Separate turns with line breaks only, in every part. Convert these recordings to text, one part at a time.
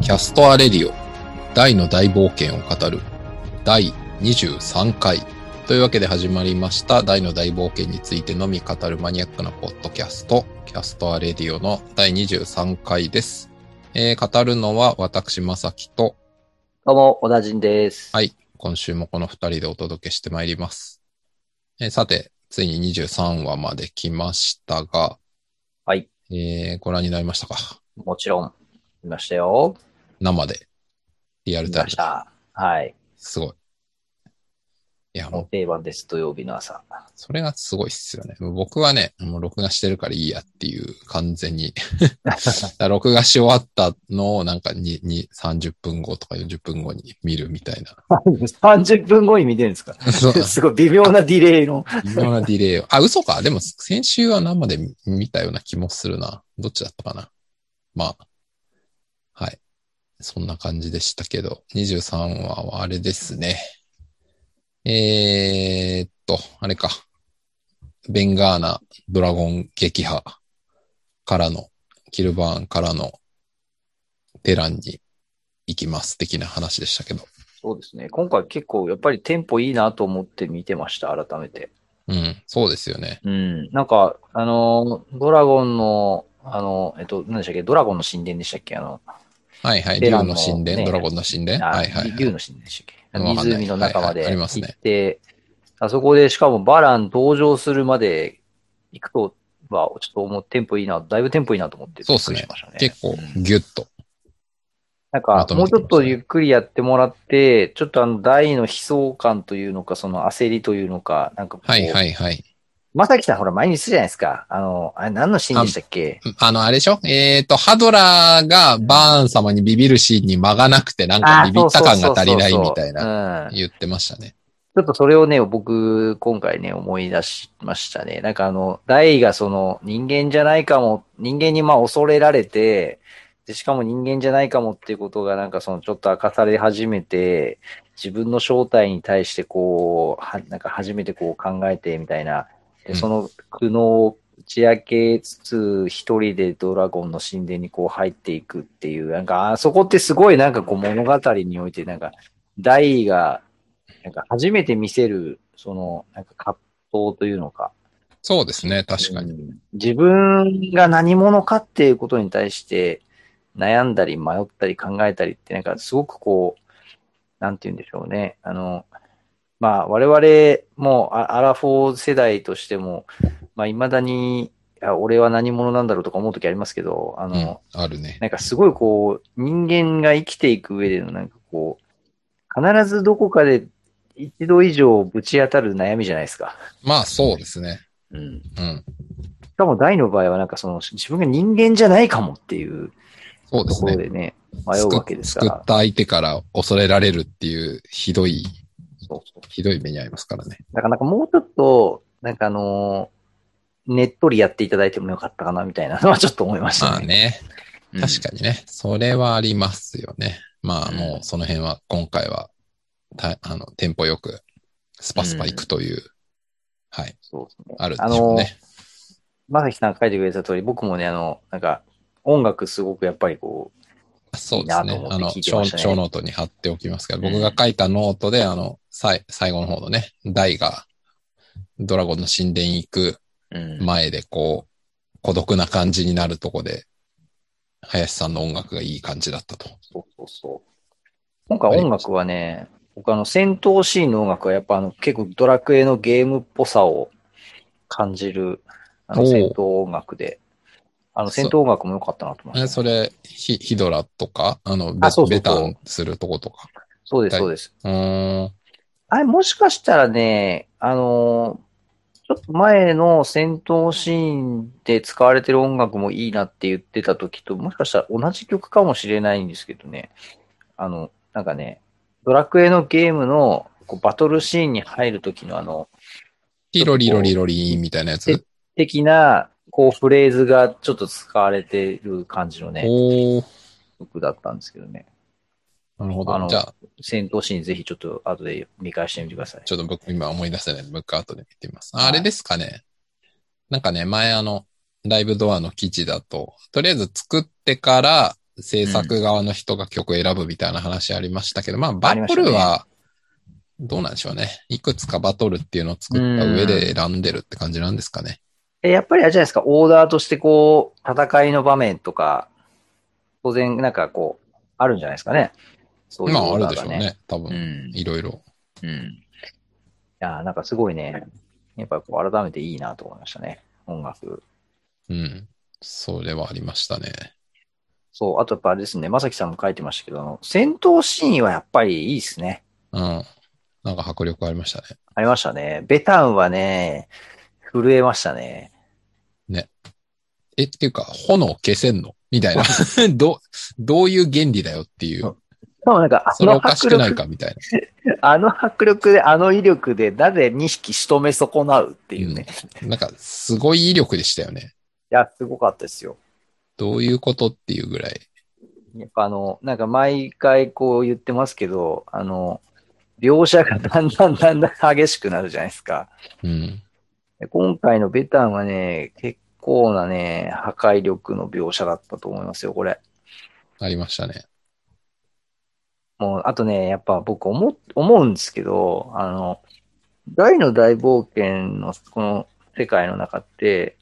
キャストアレディオ大の大冒険を語る第23回というわけで始まりました大の大冒険についてのみ語るマニアックなポッドキャストキャストアレディオの第23回です、えー語るのは私まさきと
どうも、小田人です。
はい今週もこの2人でお届けしてまいります、えーさてついに23話まで来ましたが
はい
えーご覧になりましたか
もちろん、見ましたよ。
生でリアル
見
タイ
ま
ム
し
で
た。はい。
すごい。いや、
も
もう
う定番です、土曜日の朝。
それがすごいっすよね。もう僕はね、もう録画してるからいいやっていう、完全 に。だから録画し終わったのをなんかにに30分後とか40分後に見るみたいな。
30分後に見てるんです か
そう
すごい微妙なディレイの。
微妙なディレイを。あ、嘘か。でも先週は生で見たような気もするな。どっちだったかな。まあ。はい。そんな感じでしたけど、23話はあれですね。えーっと、あれか。ベンガーナ、ドラゴン撃破からの、キルバーンからの、テランに行きます的な話でしたけど。
そうですね。今回結構やっぱりテンポいいなと思って見てました、改めて。
うん、そうですよね。
うん。なんか、あの、ドラゴンの、あの、えっと、何でしたっけ、ドラゴンの神殿でしたっけあの、
はいはい。
テ
竜
ラン
の
の
神殿、
ね
ドラゴンの神殿。
あ
はいはい、はい。
竜の神殿でしたっけ
わかんない
湖の中まで
はいはいあり
行
ますね
って、あそこでしかもバラン登場するまで行くとは、ちょっともうテンポいいな、だいぶテンポいいなと思って
そうっすね
びっくりしました
結構
うん
ギュッと。
なん
ま
か、
とめ
も
て
う
き
ち
ましたね
ょっとゆっくりやってもらって、ちょっとあの、大の悲壮感というのか、その焦りというのか、なんかこう、
はいはいはい。
まさきさんほら前にするじゃないですか。あの、あれ何のシーンでしたっけ
あの、あれでしょえっ、と、ハドラーがバーン様にビビるシーンに間がなくて、なんかビビった感が足りないみたいな、
な
言ってましたね。
ちょっとそれをね、僕、今回ね、思い出しましたね。なんかあの、大がその、人間じゃないかも、人間にまあ恐れられて、で、しかも人間じゃないかもっていうことが、なんかその、ちょっと明かされ始めて、自分の正体に対してこう、は、なんか初めてこう考えて、みたいな。
う
で、
ん
その苦悩を打ち明けつつ、一人でドラゴンの神殿にこう入っていくっていう、なんか、あそこってすごいなんかこう物語において、なんか、大が、なんか初めて見せる、その、なんか葛藤というのか。
そうですね、確かに。
うん自分が何者かっていうことに対して悩んだり迷ったり考えたりって、なんかすごくこう、なんて言うんでしょうね。あの、まあ我々もあアラフォー世代としても、まあ未だに、あ俺は何者なんだろうとか思うときありますけど、あ
う
の、
ん、あるね。
なんかすごいこう、人間が生きていく上でのなんかこう、必ずどこかで一度以上ぶち当たる悩みじゃないですか。
まあ、そうですね。
うん。
うん。
しかも大の場合はなんかその自分が人間じゃないかもっていう
そうで
と
す
ころ
ね。
でね、迷うわけですか
救っ
ら
救っ。た相手から恐れられるっていう、ひどい、
そうそう。
ひどい目に遭いますからね。
だからなんかもうちょっと、なんかあのーねっとりやっていただいてもよかったかなみたいなのはちょっと思いまし
ま
た
あ
ね。
ね、
うん
確かにね、それはありますよね。まあ、
うん
もうその辺は、今回は、たあの、テンポよく、スパスパ行くという、はい、
そうですね。
あるでしょうね。
まさきさんが書いてくれた通り、僕もね、あの、なんか、音楽すごくやっぱりこう、
そうですね
いい。なと
あ
思
の
って聞いて
小、
ましたね
小ノートに貼っておきますから、
うん
僕が書いたノートで、あの、さい最後の方のね、大が、ドラゴンの神殿行く
うん
前で、こう、孤独な感じになるとこで、林さんの音楽がいい感じだったと。
そうそうそう。今回音楽はね、僕あの戦闘シーンの音楽はやっぱあの結構ドラクエのゲームっぽさを感じるあ
お
の
う
戦闘音楽で、あの
そう
戦闘音楽も良かったなと思いま
え
した。
それ、ヒヒドラとか、あの、ベ
あそうそうそう
ベタンするとことか。
そうです、
はい
そうです。
うーん。
あれもしかしたらね、あのーちょっと前の戦闘シーンで使われてる音楽もいいなって言ってた時と、もしかしたら同じ曲かもしれないんですけどね。あの、なんかね、ドラクエのゲームのこうバトルシーンに入る時のあの、
ヒロリロリロリーンみたいなやつ。
的な、こうフレーズがちょっと使われてる感じのね、
おー。
曲だったんですけどね。
なるほど。
あの
じゃあ、
戦闘シーンぜひちょっと後で見返してみてください。
ちょっと僕今思い出せないので、僕後で見てみます。
は
あ
い
あれですかね、なんかね、前あの、ライブドアの記事だと、とりあえず作ってから制作側の人が曲選ぶみたいな話ありましたけど、まあ、
あ
バ
りまし
ト
たね
ルは、どうなんでしょうね。いくつかバトルっていうのを作った上で選んでるって感じなんですかね。
え、やっぱりあれじゃないですか、オーダーとしてこう、戦いの場面とか、当然なんかこう、あるんじゃないですかね。そういう
まあ、
オ
あ
ー
る
ダ
で
ー
し
が
ょうね。多分、
ね。
いろいろ。
うん。うん。いやー、なんかすごいね、やっぱりこう改めていいなと思いましたね。音楽。
うん。それはありましたね。
そう、あとやっぱあれですね、まさきさんも書いてましたけど、あの戦闘シーンはやっぱりいいですね。
うん。なんか迫力ありましたね。
ありましたね。ベタンはね、震えましたね。
え、っていうか、炎消せんのみ たいな。ど、どういう原理だよっていう。
しかもなんか、あ
それ
の
おかし
迫
くない
力、
かみたいな。
あの迫力で、あの威力で、なぜ2匹仕留め損なうっていうね。
なんか、すごい威力でしたよね。
いや、すごかったですよ。
どういうことっていうぐらい。
やっぱあの、なんか毎回こう言ってますけど、あの、描写がだんだんだんだん激しくなるじゃないですか。
うん。
で今回のベタンはね、結構なね、破壊力の描写だったと思いますよ、これ。
ありましたね。
もう、あとね、やっぱ僕思う、思うんですけど、あの、大の大冒険のこの世界の中って、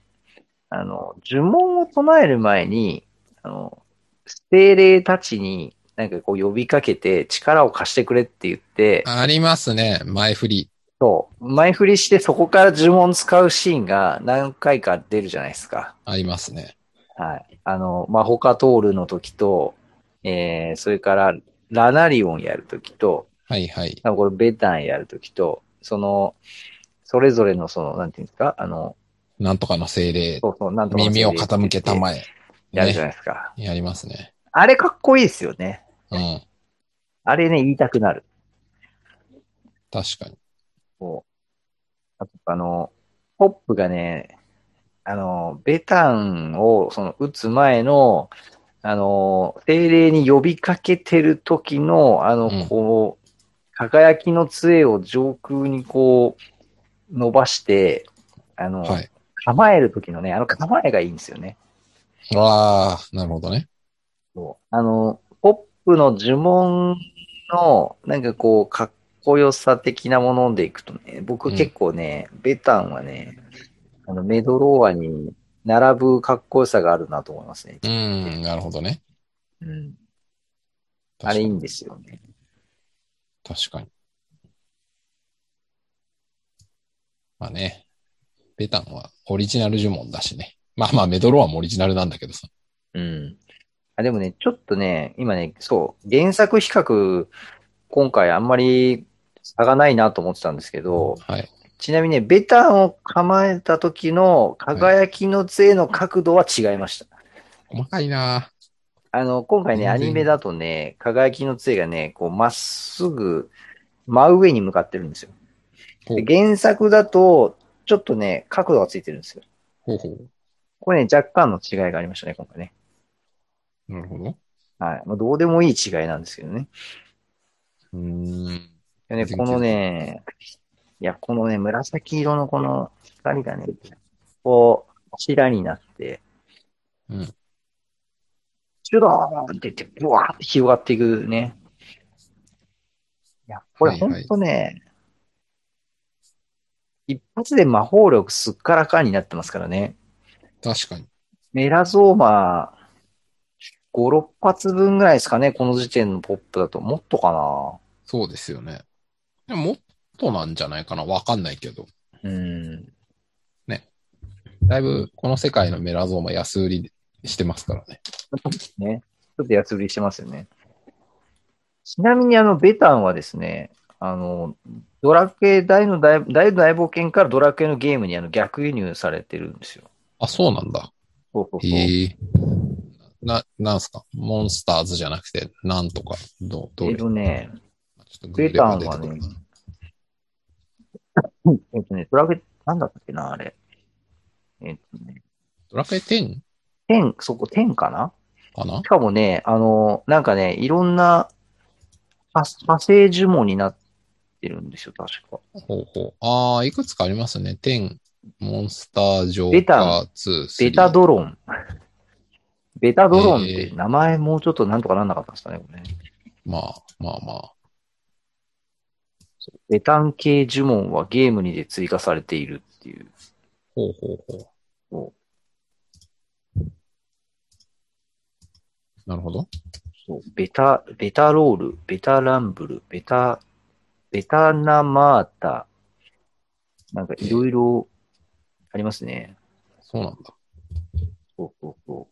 あの、呪文を唱える前に、あの、精霊たちに、なんかこう呼びかけて力を貸してくれって言って、
ありますね。前振り。
そう、前振りしてそこから呪文使うシーンが何回か出るじゃないですか。
ありますね。
はい。あの、まあ、ホカトールの時と、えー、それから、ラナリオンやる時と、
はいはい。
多分これベタンやるときと、その、それぞれのその、なんていうんですか、あの、
なんとかの精霊。
そうそう、なんとかの
耳を傾けたまえ。
やるじゃ
ね。
ないですか。
やりますね。
あれかっこいいですよね。
うん。
あれね、言いたくなる。
確かに。
こう。あと、あの、ポップがね、あの、ベタンを、その、打つ前の、あの、精霊に呼びかけてる時の、あの、
うん
こう、輝きの杖を上空にこう、伸ばして、あの、
はい。
構える時のね、あの構えがいいんですよね。
わあ、なるほどね。
そうあの、ポップの呪文の、なんかこう、かっこよさ的なものでいくとね、僕結構ね、ベタンはね、あのメドローアに並ぶかっこよさがあるなと思いますね。
うん、なるほどね。
うん。あ
確か
れいい
に。
んですよね。
確かに。まあね。ベタンはオリジナル呪文だしね。まあまあ、メドローアもオリジナルなんだけどさ。
うん。あ、でもね、ちょっとね、今ね、そう、原作比較、今回あんまり差がないなと思ってたんですけど、
はい。
ちなみにね、ベタンを構えた時の輝きの杖の角度は違いました。
細かいな
あの、今回ね、
全
ア
然
ニメだとね、輝きの杖がね、こう、まっすぐ、真上に向かってるんですよ。
ほう
で原作だと、ちょっとね、角度がついてるんですよ。
ほうほう。
これね、若干の違いがありましたね、今回ね。
なるほど。
はい。まあ、どうでもいい違いなんですけどね。
うーん。
でね、
全然
このね、いや、このね、紫色のこの光がね、こう、ちらになって、
うん。
シュドーンって言って、ブワーって広がっていくね。いや、これ
はい
ほ
はい
んとね、一発で魔法力すっからかんになってますからね。
確かに。
メラゾーマ、5、6発分ぐらいですかね、この時点のポップだと。もっとかな
そうですよね。でももっとなんじゃないかなわかんないけど。
うん。
だいぶ、この世界のメラゾーマ安売りしてますからね。
ね。ちょっと安売りしてますよね。ちなみにあの、ベタンはですね、あの、ドラクエ大の大、大の大冒険からドラクエのゲームにあの逆輸入されてるんですよ。
あ、そうなんだ。
そうそうそう。
へえ。な、なんすかモンスターズじゃなくて、なんとか、ど、ど
えっ
れちょ
とね、
っとググれば出てくるか
ベタン
な。
えっとね、ドラクエ、なんだったっけな、あれ。えっとね、
ドラクエ 10?
天、そこ天かな
かな
しかもね、あの、なんかね、いろんな派派生呪文になってるんですよ、確か。
ほうほう。ああ、いくつかありますね。10、モンスタージョ
ベ
ー
タ
カー2、3
ベタドロン。ベタドローンって名前もうちょっとなんとかなんなかったんですかね、これね。
まあまあまあ。
ベタン系呪文はゲームにで追加されているっていう。
ほうほうほう。
お
なるほど。
そうベタ、ベタロール、ベタランブル、ベタ、ベタナマータ。なんかいろいろありますね。
そうなんだ。
そうそうそ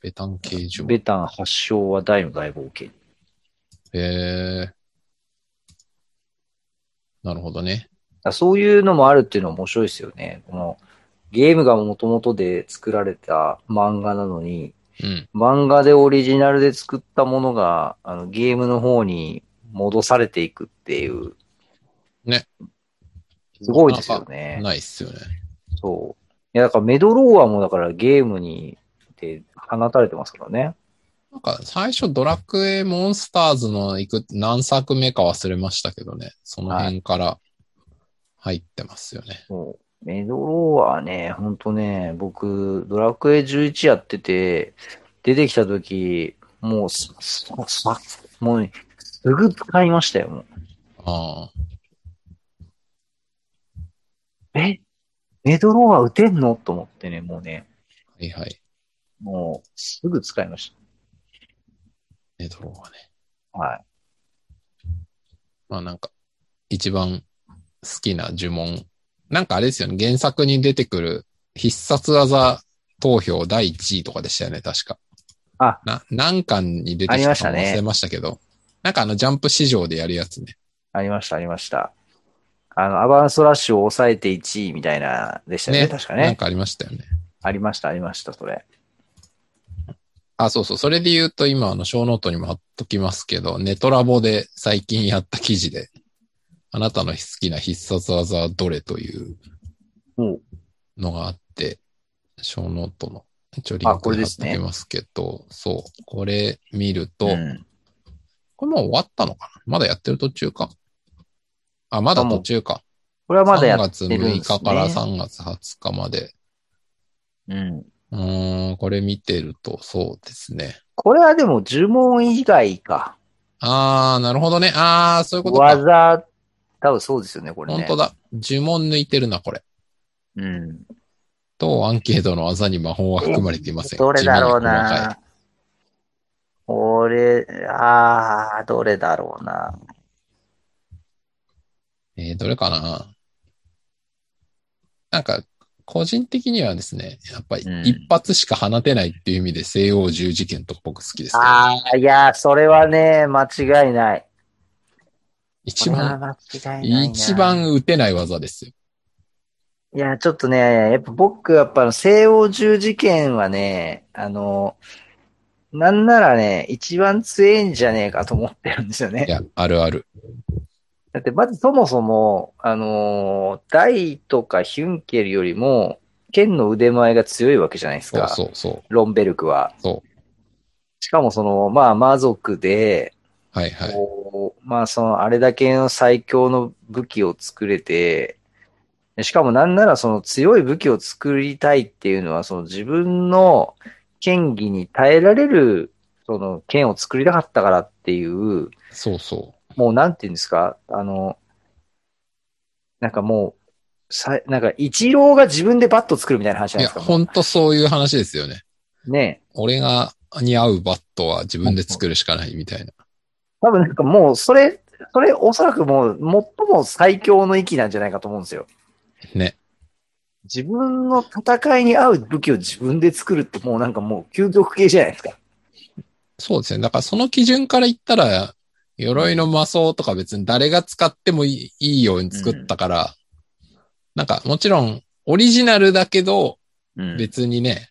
ベタン系
う。
呪文。
ベタン発祥は大の大冒険。
へえ。なるほどね。
だそういうのもあるっていうのは面白いですよね。このゲームがもともとで作られた漫画なのに、
うん。
漫画でオリジナルで作ったものが、あのゲームの方に戻されていくっていう、すごいですよ
なかな
ね
か。ないっすよね。
そう。いや、だからメドローアもだからゲームに、で放たれてますからね。
なんか最初ドラクエモンスターズの行く何作目か忘れましたけどね。その辺から入ってますよね。
そうメドローアね、ほんとね、僕、ドラクエ11やってて、出てきた時、もうす、す、す、もうね、すぐ使いましたよ、もう。
あ
えメドローア打てんのと思ってね、もうね、
あ、はいはい。
もう、すぐ使いまし
メドローはね。
た。はい。
まあなんか、一番好きな呪文。なんかあれですよね。原作に出てくる必殺技投票第1位とかでしたよね、確か。
あ
な、何巻に出
あ
て
り
き
ま
た
し
か
た
も
ね
忘れましたけど。なんかあのジャンプ市場でやるやつね。
ありました、ありました。あの、アバンストラッシュを抑えて1位みたいな、でしたよね、確か
なん
ね。
かありましたよね。
ありました、ありました、それ。
あ、そうそう。それで言うと今、あの、小ノートにも貼っときますけど、ネトラボで最近やった記事で、あなたの好きな必殺技はどれという
おう
のがあって、小ノートの、一応リン
あ
ク
これ
で貼
で
っ
す
と
ね
きますけど、そう。これ見ると、
うん
これもう終わったのかなまだやってる途中か。あ、まだ途中か。
これはまだや
3
っ
月
てるん
6
です、ね。
日から3月20日まで。
うん。
うーん、これ見てると、そうですね。
これはでも呪文以外か。
あー、なるほどね。あー、そういうことか。
技、多分そうですよね、これね。
本当
だ。
だ。呪文抜いてるな、これ。
うん。
と、アンケートの技に魔法は含まれていません。
どれだろう
地味に細かい
な。俺、あー、どれだろうな。
えーどれかななんか、個人的にはですね、やっぱり
うん
一発しか放てないっていう意味で西欧十字剣とか僕好きです、ね。
あー、いやー、それはね、間違いない。
一
これは
番、
間違いないな
一番打てない技ですよ。
いや、ちょっとね、やっぱ僕、やっぱあの西欧十字剣はね、あの、なんならね、一番強えんじゃねえかと思ってるんですよ
い
ね。
や、あるある。
だってまずそもそも、あの、ダイとかヒュンケルよりも、剣の腕前が強いわけじゃないです
そう
か。
そうそ
ロンベルクは。
う。そう。
しかもその、まあ、魔族で、
はいはい。
こうまあ、その、あれだけの最強の武器を作れて、でしかもなんならその強い武器を作りたいっていうのは、その自分の剣技に耐えられる、その剣を作りたかったからっていう、
そうそ
もうなんて言うんですか、あの、なんかもう、さなんか、一郎が自分でバット作るみたいな話じ
う。
ゃ
い
な
や、
いですか。
ほ
も
んとそういう話ですよね。
うねえ
俺が、に合うバットは自分で作るしかないみたいな。
多分なんかもう、それ、それおそらくもう、最も最強の域なんじゃないかと思うんですよ。
ね。
自分の戦いに合う武器を自分で作るってもうなんかもう究極系じゃないですか。
そうですね。だからその基準から言ったら、鎧の魔装とか別に誰が使ってもいいいいように作ったから、なんかもちろんオリジナルだけど、
うん
別にね、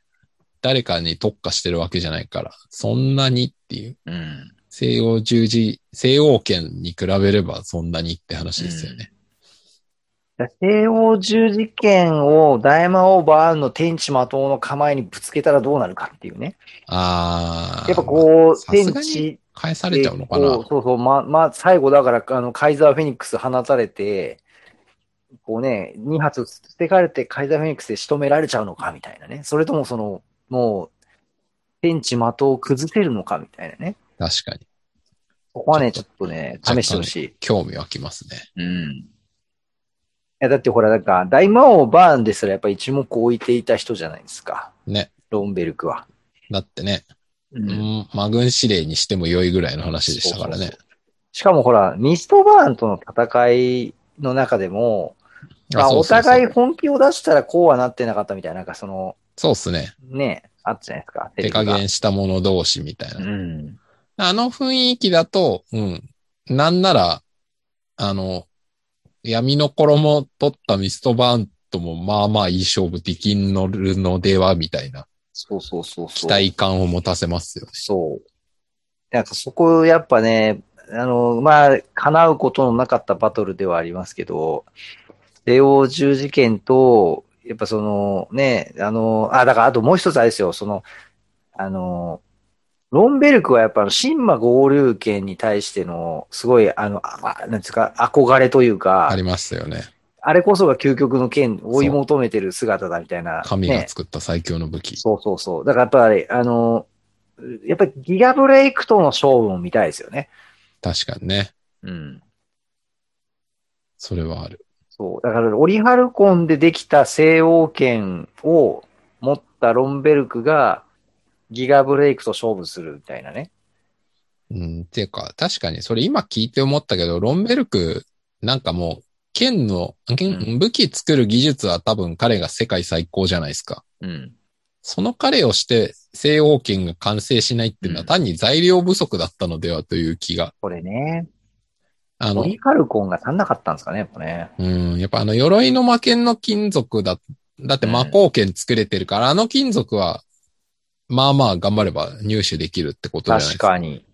誰かに特化してるわけじゃないから、そんなにっていう。
うん。
西洋十字、西洋圏に比べればそんなにって話ですよね。
西欧十字剣を大魔王バーンの天地魔刀の構えにぶつけたらどうなるかっていうね。
あー。
やっぱこう、
さす
天
がに
地
返さ
で
れちゃうのかな。
こうそうそう、ま、まあ、最後だから、あの、カイザーフェニックス放たれて、こうね、2発捨てかれてカイザーフェニックスで仕留められちゃうのかみたいなね。それともその、もう、天地的を崩せるのかみたいなね。
確かに。
ここはね、ちょっとね、試してほしい。
興味湧きますね。
うん。いや、だってほら、なんか、大魔王バーンですらやっぱ一目置いていた人じゃないですか。
ね。
ロンベルクは。
だってね、う。
う
ん、魔軍指令にしても良いぐらいの話でしたから
そう
ね
そう。そう。しかもほら、ミストバーンとの戦いの中でも、まあ、
そう
お
そうそう
互い本気を出したらこうはなってなかったみたいな、なんかその、
そうっすね。
ね、あったじゃないですか。
手加減した者同士みたいな。
うん。
あの雰囲気だと、うん。なんなら、あの、闇の衣取ったミストバーンとも、まあまあいい勝負できんのるのでは、みたいな
そうそうそうそ
期
う。
待感を持たせますよね。
そう。なんかそこ、やっぱね、あの、まあ、叶うことのなかったバトルではありますけど、帝王十事件と、やっぱその、ね、あの、あ、だからあともう一つあれですよ、その、あの、ロンベルクはやっぱあの、新馬合流圏に対しての、すごい、あの、あなんですか、憧れというか、
あ
あ
りますよね。
れこそが究極の剣、追い求めてる姿だみたいな。
神
ね
が作った最強の武器。
そうそうそう。だからやっぱり、あの、やっぱりギガブレイクとの勝負も見たいですよね。
確かにね。
うん。
それはある。
そう。だから、オリハルコンでできた西欧圏を持ったロンベルクが、ギガブレイクと勝負するみたいなね。
うん、っていうか、確かにそれ今聞いて思ったけど、ロンベルク、なんかもう、剣の、剣
う
武器作る技術は多分彼が世界最高じゃないですか。
うん。
その彼をして西欧圏が完成しないっていうのは
うん
単に材料不足だったのではという気が。
これね、
あ
オ
の、
リハルコンが足んなかったんですかね、やっぱね。
うん、やっぱあの鎧の魔剣の金属だ、だって魔鋼剣作れてるから、あの金属は、まあまあ頑張れば入手できるってことじゃないで
確
すか。
かに。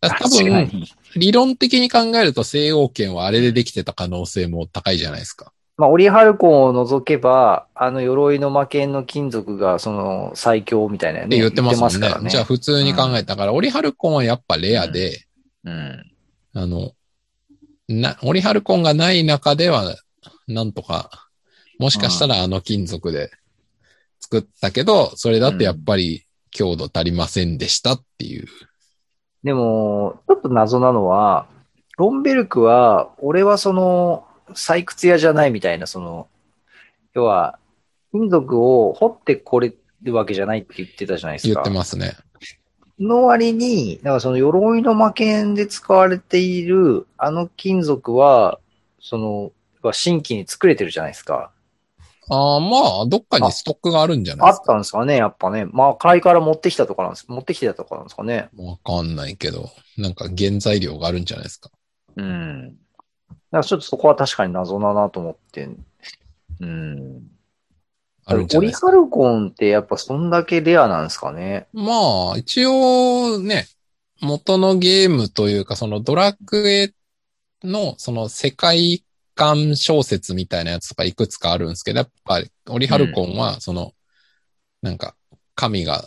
だから多
確か
分、
に。
理論的に考えると西欧圏はあれでできてた可能性も高いじゃないですか。
まあ、オリハルコンを除けば、あの鎧の魔剣の金属が、その、最強みたいなね。
って言ってますもん
言
ね。
って
じゃあ普通に考えたから、オリハルコンはやっぱレアで、
うん。
あの、な、オリハルコンがない中では、なんとか、もしかしたらあの金属で作ったけど、それだとやっぱり強度足りませんでしたっていう。
でも、ちょっと謎なのは、ロンベルクは、俺はその、採掘屋じゃないみたいな、その、要は、金属を掘ってこれるわけじゃないって言ってたじゃないです
言
か。
ってますね。
の割に、だからその鎧の魔剣で使われている、あの金属は、その、は新規に作れてるじゃないですか。
ああ、まあ、どっかにストックがあるんじゃない
あ
です
ったんですかね、やっぱね。まあ、買いから持ってきたとかなんです。持ってきてたとかなんですかね。
か。わかんないけど、なんか原材料があるんじゃないですか。
うん。だからちょっとそこは確かに謎だなと思って。うん。
あるんじゃ
オ
ない
リ
ですか。
ハルコンってやっぱそんだけレアなんですかね。
まあ、一応ね、元のゲームというか、そのドラクエのその世界観小説みたいなやつとかいくつかあるんですけど、やっぱりオリハルコンはその、なんか神が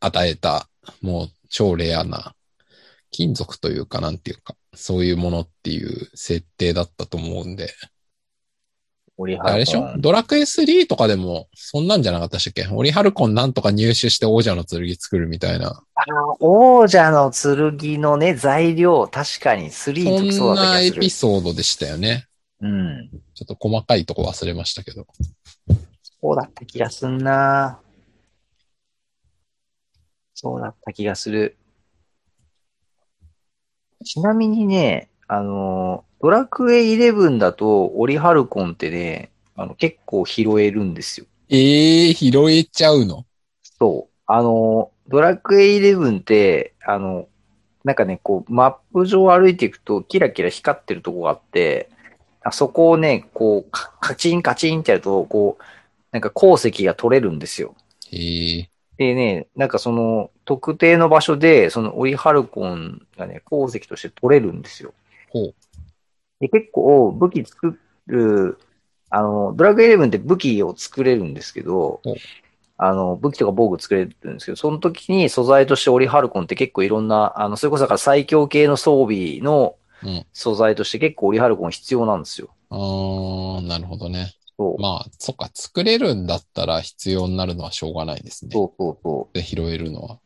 与えたもう超レアな金属というかなんていうか、そういうものっていう設定だったと思うんで、
オリハルコン。
あれでしょドラクエ3とかでもそんなんじゃなかったでしたっけオリハルコンなんとか入手して王者の剣作るみたいな。
あの王者の剣のね、材料、確かに3の時そ
こ
うんだった
な
気
エ
が
ピ
する。
ソードでしたよね。
うん。
ちょっと細かいとこ忘れましたけど。
そうだった気がすんなそうだった気がする。ちなみにね、あの、ドラクエ11だと、オリハルコンってね、あの、結構拾えるんですよ。
ええ拾えちゃうの。
そう。あの、ドラクエ11って、あの、なんかね、こう、マップ上歩いていくと、キラキラ光ってるとこがあって、あそこをね、こう、カカチンカチンってやると、こう、なんか鉱石が取れるんですよ。
ええ
でね、なんかその、特定の場所で、その、オリハルコンがね、鉱石として取れるんですよ。
ほう。
で、結構武器作る、あの、ドラッグイレブンって武器を作れるんですけど
お、
あの、武器とか防具作れるんですけど、その時に素材としてオリハルコンって結構いろんな、あの、それこそだから最強系の装備の
うん
素材として結構オリハルコン必要なんですよ。
あー、なるほどね。
そう。
まあ、そっか、作れるんだったら必要になるのはしょうがないですね。
そうそうそう。
で、拾えるのは。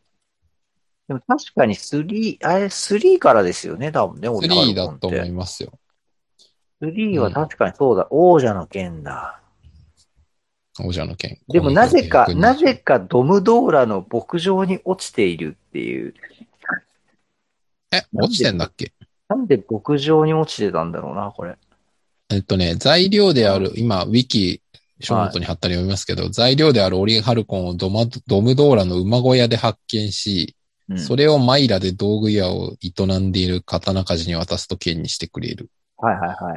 でも確かに3、あれ、3からですよね、多分ね、俺
3だと思いますよ。
3は確かにそうだ、王者の剣だ。
王者の剣。
でもなぜか、なぜ
か。
かドムドーラの牧場に落ちているっていう。
え、落ちてんだっけ
なんで牧場に落ちてたんだろうな、これ。
えっとね、材料である、今、ウィキ、書ノートに貼ったり読みますけど、材料であるオリハルコンをドマドムドーラの馬小屋で発見し、
うん、
それをマイラで道具屋を営んでいる刀鍛冶に渡すと剣にしてくれる。
はいはいは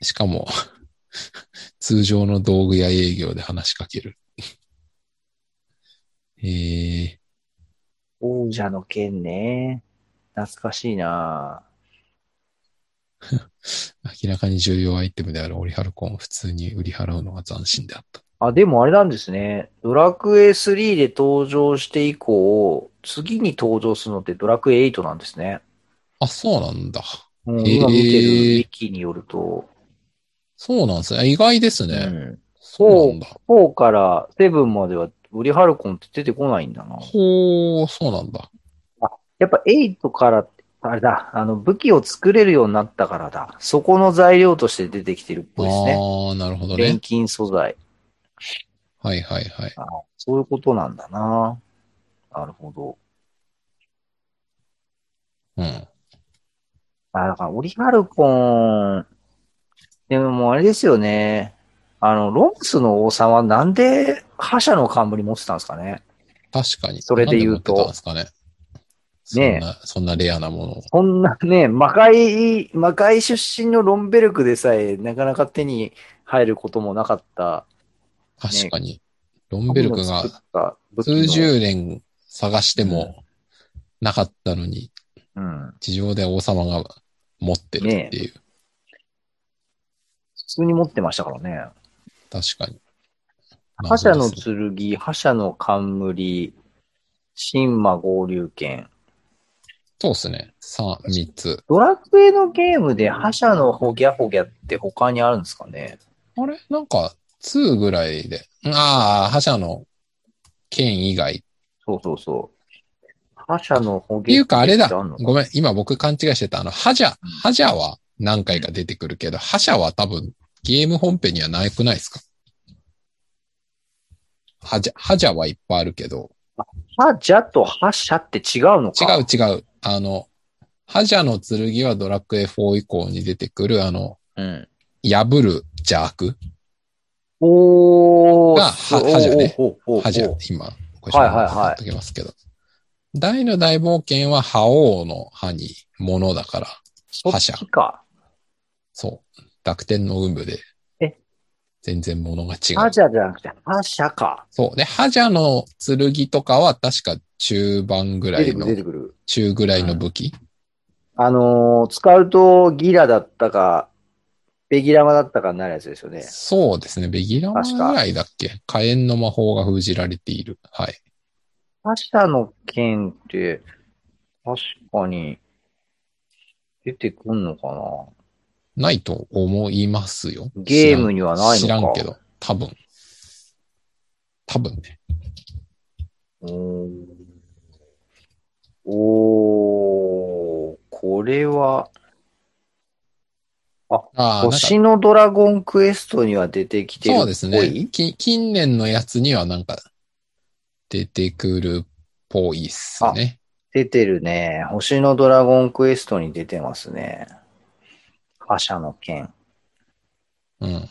い。
しかも、 通常の道具屋営業で話しかける。 えー、
王者の剣ね。懐かしいな
明らかに重要アイテムであるオリハルコンを普通に売り払うのが斬新であった。
あ、でもあれなんですね。ドラクエ3で登場して以降、次に登場するのってドラクエ8なんですね。
あ、そうなんだ。
うん、
へえ
今見てるウィキによると。
そうなんですね。意外ですね。
うん。
そうなんだ。
4から7まではウリハルコンって出てこないんだな。
ほう、そうなんだ。
やっぱ8から、あれだ、あの、武器を作れるようになったからだ。そこの材料として出てきてるっぽいですね。
ああ、なるほど
錬
ね。
金素材。
はいはいはい。
あそういうことなんだな。なるほど。
うん。
あ、だから、オリハルコン、でももうあれですよね。あの、ロムスの王さんはなんで覇者の冠持ってたんですかね。
確かに。
それで言うと
なんで持ってたんですかね。
ねえ
そんな、そんなレアなものを。
そんなね、魔界、魔界出身のロンベルクでさえ、なかなか手に入ることもなかった。
確かに。ロンベルクが
が
数十年探してもなかったのに、
うん。
地上で王様が持ってるっていう。
普通に持ってましたからね。
確かに。
覇者の
謎ですね
剣、覇者の冠、神魔合流剣。
そうですね。さあ、三つ。
ドラクエのゲームで覇者のホギャホギャって他にあるんですかね
あれなんか、2ぐらいで。ああ、覇者の剣以外。っ
そうそうそう。覇者のホ
て
ギャ
いうか、あれだ。
んの
ごめん。今僕勘違いしてた。あの、覇者。覇者は何回か出てくるけど、覇者は多分ゲーム本編にはなくないですか覇者、覇者はいっぱいあるけど。
覇者と覇者って違うの
違
か
う。違う。あの、覇者の剣はドラクエ4以降に出てくる、あの、
うん。
破る邪悪
おー。
がは覇者ね
おー。おーおーおー
覇者、今、ご
はいはいはい
貼っときますけど。大の大冒険は覇王の覇に物だから、覇者
そっちか。
そう。濁点の有無で
え。
全然物が違う
覇。者じゃなくて覇者か。
そう。で、覇者の剣とかは確か中盤ぐら
出て
い
くる
の
出、てくる。
中ぐらいの武器、
あのー使うとギラだったか、ベギラマだったかになるやつですよね。
そうですね。ベギラマ
確
ぐ
から
いだっけ火炎の魔法が封じられている。はい。
覇者の剣って、確かに、出てくんのか
ないと思いますよ。
なゲームにはないのか。
知らん知らんけ。ど、多分。多分ね。
おー、これは、
ああ、なんか
星のドラゴンクエストには出てきてるっぽい。
そうですね。き近年のやつにはなんか、出てくるっぽいっすね。
出てるね。星のドラゴンクエストに出てますね。覇者の剣。
うん。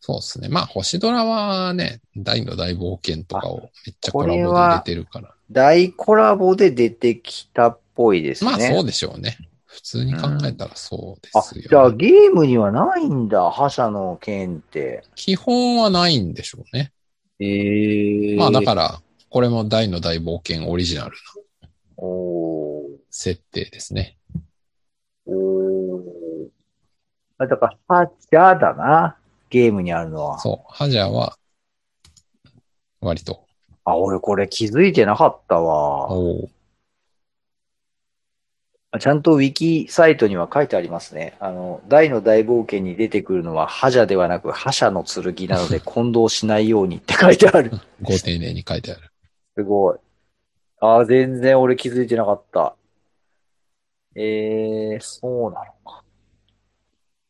そうですね。まあ、星ドラはね、大の大冒険とかをめっちゃコラボで
これは
出てるから。
大コラボで出てきたっぽいですね。
まあ、そうでしょうね。普通に考えたらそうで
あ、
す
じゃ
よ、
あ
ね
ゲームにはないんだ、覇者の剣って。
基本はないんでしょうね。
ええ。
まあ、だからら、これも大の大冒険オリジナルな
おー
設定ですね。
おーあ、だから、覇者だな。ゲームにあるのは。
そう。ハジャは、割と。
あ、俺これ気づいてなかったわ。
おー
あちゃんとウィキサイトには書いてありますね。あの、大の大冒険に出てくるのは覇者ではなく覇者の剣なので混同しないようにって書いてある。
ご丁寧に書いてある。
すごい。ああ、全然俺気づいてなかった。えー、そうなのか。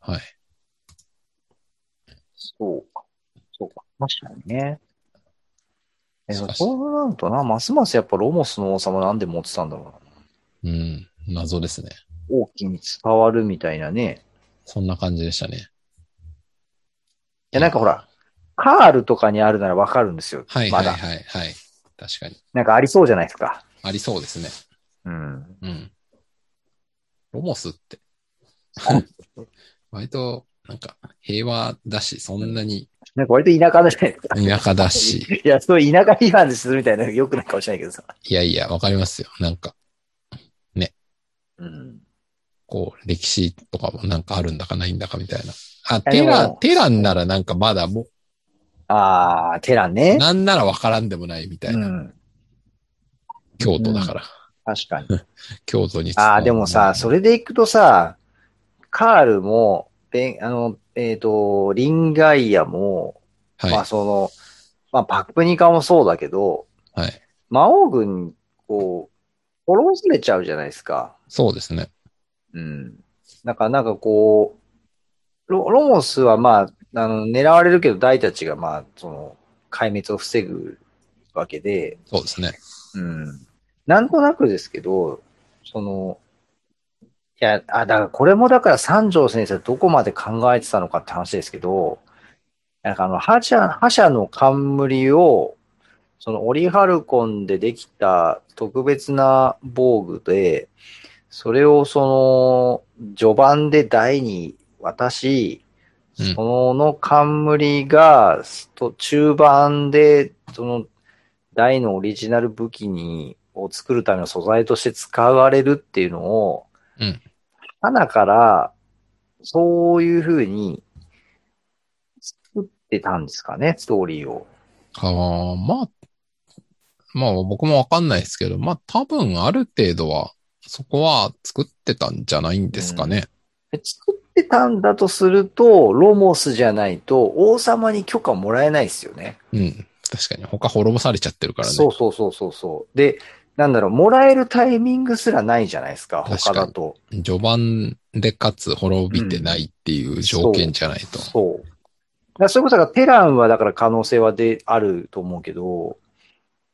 はい。
そうか。そうか。確かにね。え、
し
そ
かし
うなるとな、ますますやっぱロモスの王様なんで持ってたんだろうな。
うん。謎ですね。
王毅に伝わるみたいなね。
そんな感じでしたね。
いや、なんかほら、カールとかにあるならわかるんですよ。
はいは
ま
い
だ。
はいはい。確かに。
なんかありそうじゃないですか。
ありそうですね。
うん。
うん。ロモスって。 割と、なんか、平和だし、そんなに
なんか割と田舎だじゃないですか。
田舎だし。
いや、そう田舎批判するみたいなのよくないかもしれないけどさ。
いやいや、わかりますよ。なんか、
うん。
こう、歴史とかもなんかあるんだかないんだかみたいな。あ、
やで
テ
も
ラ、テランならなんかまだも
あー、テラン
う、
ね。
なんならわからんでもないみたいうな。
ん。
京都だから。
確かに。
京都に。
ああ、でもさ、それでいくとさ、カールも、ベン、あの、えっ、と、リンガイアも、
はい
まあその、まあパクプニカもそうだけど、
はい。
魔王軍に、こう、滅ぼされちゃうじゃないですか。
そうですね。
うん。だからなんかこう、ロロモスはまあ、あの、狙われるけど、大たちがまあ、その、壊滅を防ぐわけで、
そうですね。
うん。なんとなくですけど、その、いや、あ、だからこれもだから三条先生どこまで考えてたのかって話ですけど、なんかあの、覇者、覇者の冠を、そのオリハルコンでできた特別な防具で、それをその、序盤で台に渡し、
うん
その冠が、と中盤で、その、大のオリジナル武器に、を作るための素材として使われるっていうのを、
うん
花から、そういうふうに、作ってたんですかね、ストーリーを。
ああ、まあ、まあ僕もわかんないですけど、まあ多分ある程度は、そこは作ってたんじゃないんですかね。
で作ってたんだとすると、ロモスじゃないと、王様に許可もらえないですよね。
うん。確かに。他滅ぼされちゃってるからね。
そうそうそうそうそう。で、なんだろう、もらえるタイミングすらないじゃないですか、
確か
他
に
だと。
序盤でかつ滅びてないっていう条件じゃないと。
そう。だからそういうことが、テランはだから可能性はであると思うけど、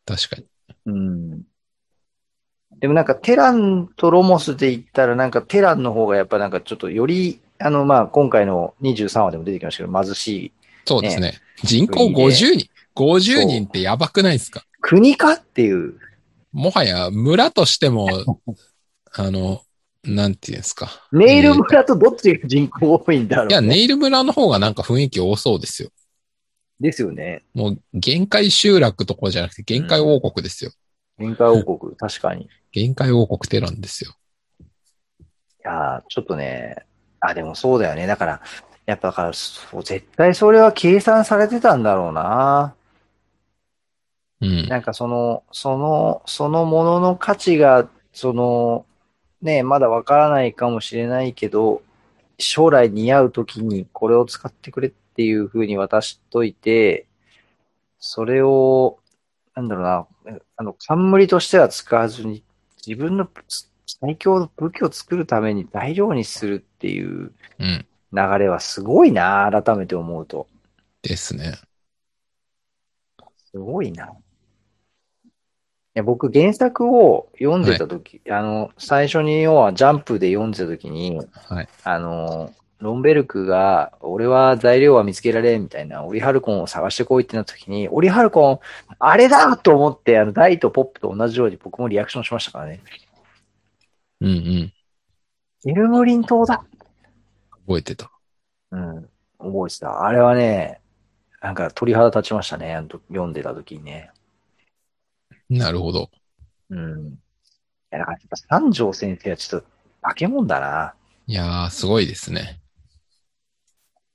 確かに。
うん。でもなんかテランとロモスで言ったらなんかテランの方がやっぱなんかちょっとより、あのまあ今回の23話でも出てきましたけど貧しい
そうですね。人口
国で
50人。50人ってやばくないですか
国かっていう。
もはや村としても、あの、なんていうんですか。
ネイル村とどっちが人口多いんだろう。
いや、ネイル村の方がなんか雰囲気多そうですよ。
ですよね。
もう限界集落とかじゃなくて限界王国ですよ。
限界王国、確かに。い
限界王国テランですよ。
やーちょっとね、あ、でもそうだよね。だから、やっぱだから、そう絶対それは計算されてたんだろうな。
うん。
なんかその、その、そのものの価値が、その、ね、まだわからないかもしれないけど、将来似合うときにこれを使ってくれっていうふうに渡しといて、それを、なんだろうな、あの、冠としては使わずに、自分の最強の武器を作るために材料にするっていう
うん。
流れはすごいな、改めて思うと。
ですね。
すごいな。いや僕、原作を読んでたとき、あの、最初に要はジャンプで読んでたときに、
はい。
あの、ロンベルクが、俺は材料は見つけられんみたいな、オリハルコンを探してこいってなったときに、オリハルコン、あれだと思って、あの、ダイとポップと同じように僕もリアクションしましたからね。
うんうん。
エルムリン島だ
覚えてた。
うん、覚えてた。あれはね、なんか鳥肌立ちましたね、あの時読んでたときにね。
なるほど。
うん。いや、だからやっぱ三条先生はちょっと化け物だな。
いやー、すごいですね。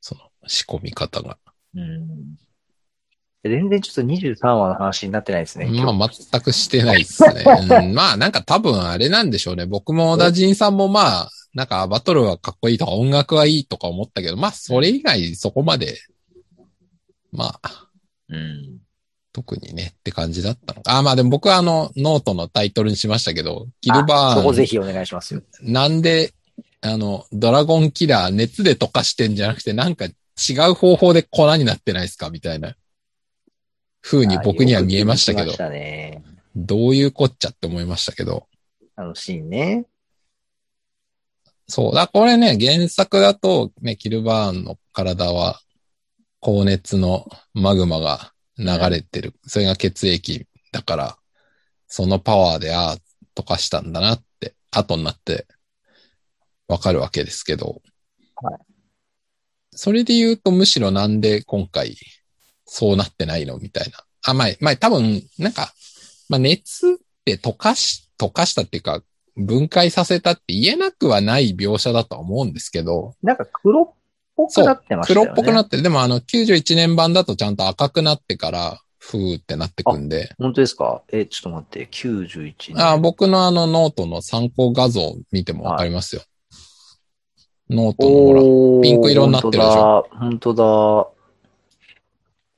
その、仕込み方が。
うん。全然ちょっと23話の話になってないですね。
まあ、全くしてないですね。うん、まあ、なんか多分あれなんでしょうね。僕も小田陣さんもまあ、なんかバトルはかっこいいとか音楽はいいとか思ったけど、まあ、それ以外そこまで、まあ、
うん。
特にねって感じだったのか。あ、まあでも僕はあの、ノートのタイトルにしましたけど、ギル
あ
バ
そこぜ
ーン、
ひお願いしますよ。
なんで、あの、ドラゴンキラー熱で溶かしてんじゃなくて、なんか違う方法で粉になってないですかみたいな、風に僕には見えましたけ
あよく
ど
見。ましたね。
どういうこっちゃって思いましたけど。
あのシーンね。
そう。だ、これね、原作だと、ね、キルバーンの体は、高熱のマグマが流れてる。それが血液だから、そのパワーで、ああ、溶かしたんだなって、後になって、わかるわけですけど。
はい
それで言うと、むしろなんで今回、そうなってないのみたいな。あ、まあ、まあ、多分、なんか、まあ、熱って溶かし、溶かしたっていうか、分解させたって言えなくはない描写だとは思うんですけど、
なんか黒っぽくなってましたよ
黒
ね。
っぽくな
って。
ってる。でもあの、91年版だとちゃんと赤くなってから、ふーってなってくんで、
本当ですかえ、ちょっと待って、91年。
あ僕のあのノートの参考画像を見てもわかりますよ。ノートのほら、
おー
ピンク色になってるでしょ
本当だ。本当だ。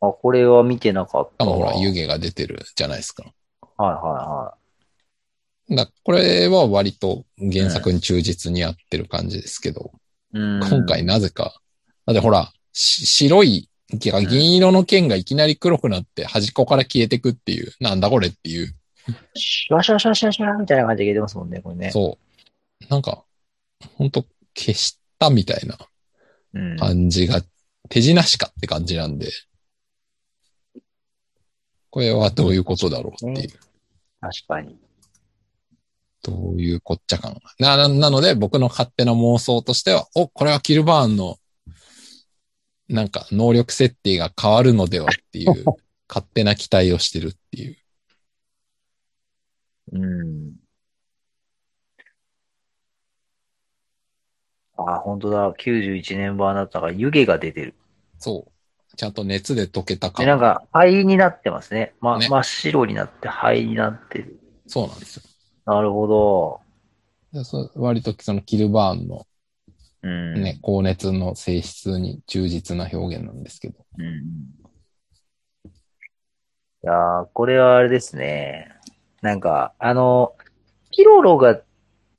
あ、これは見てなかっ
多
た
分ほ
わ。
ら、湯気が出てるじゃないですか。
はいは
だこれは割と原作に忠実にやってる感じですけど、
いはい。
今回なぜか。だってほら、し白い、てか銀色の剣がいきなり黒くなって端っこから消えてくっていう、なんだこれっていう。
うん。シュワシュワシュワシュワシュワみたいな感じで出てますもんね、これね。
そう。なんか、ほんと消したみたいな
うん。
感じが、手品しかって感じなんで。これはどういうことだろうっていう。
確かに。
どういうこっちゃ感な、な、なので僕の勝手な妄想としては、お、これはキルバーンの、なんか能力設定が変わるのではっていう、 勝手な期待をしてるっていう。
うん。あ、本当だ。91年版だったから湯気が出てる。
そう。ちゃんと熱で溶けた
で、
感
なんか灰になってますね。ま、
ね
真っ白になって灰になってる。
そうなんですよ
なるほど。
でそう。割とそのキルバーンの
うん。
ね、高熱の性質に忠実な表現なんですけど。
うんうんいやー、これはあれですね。なんか、あの、ピロロが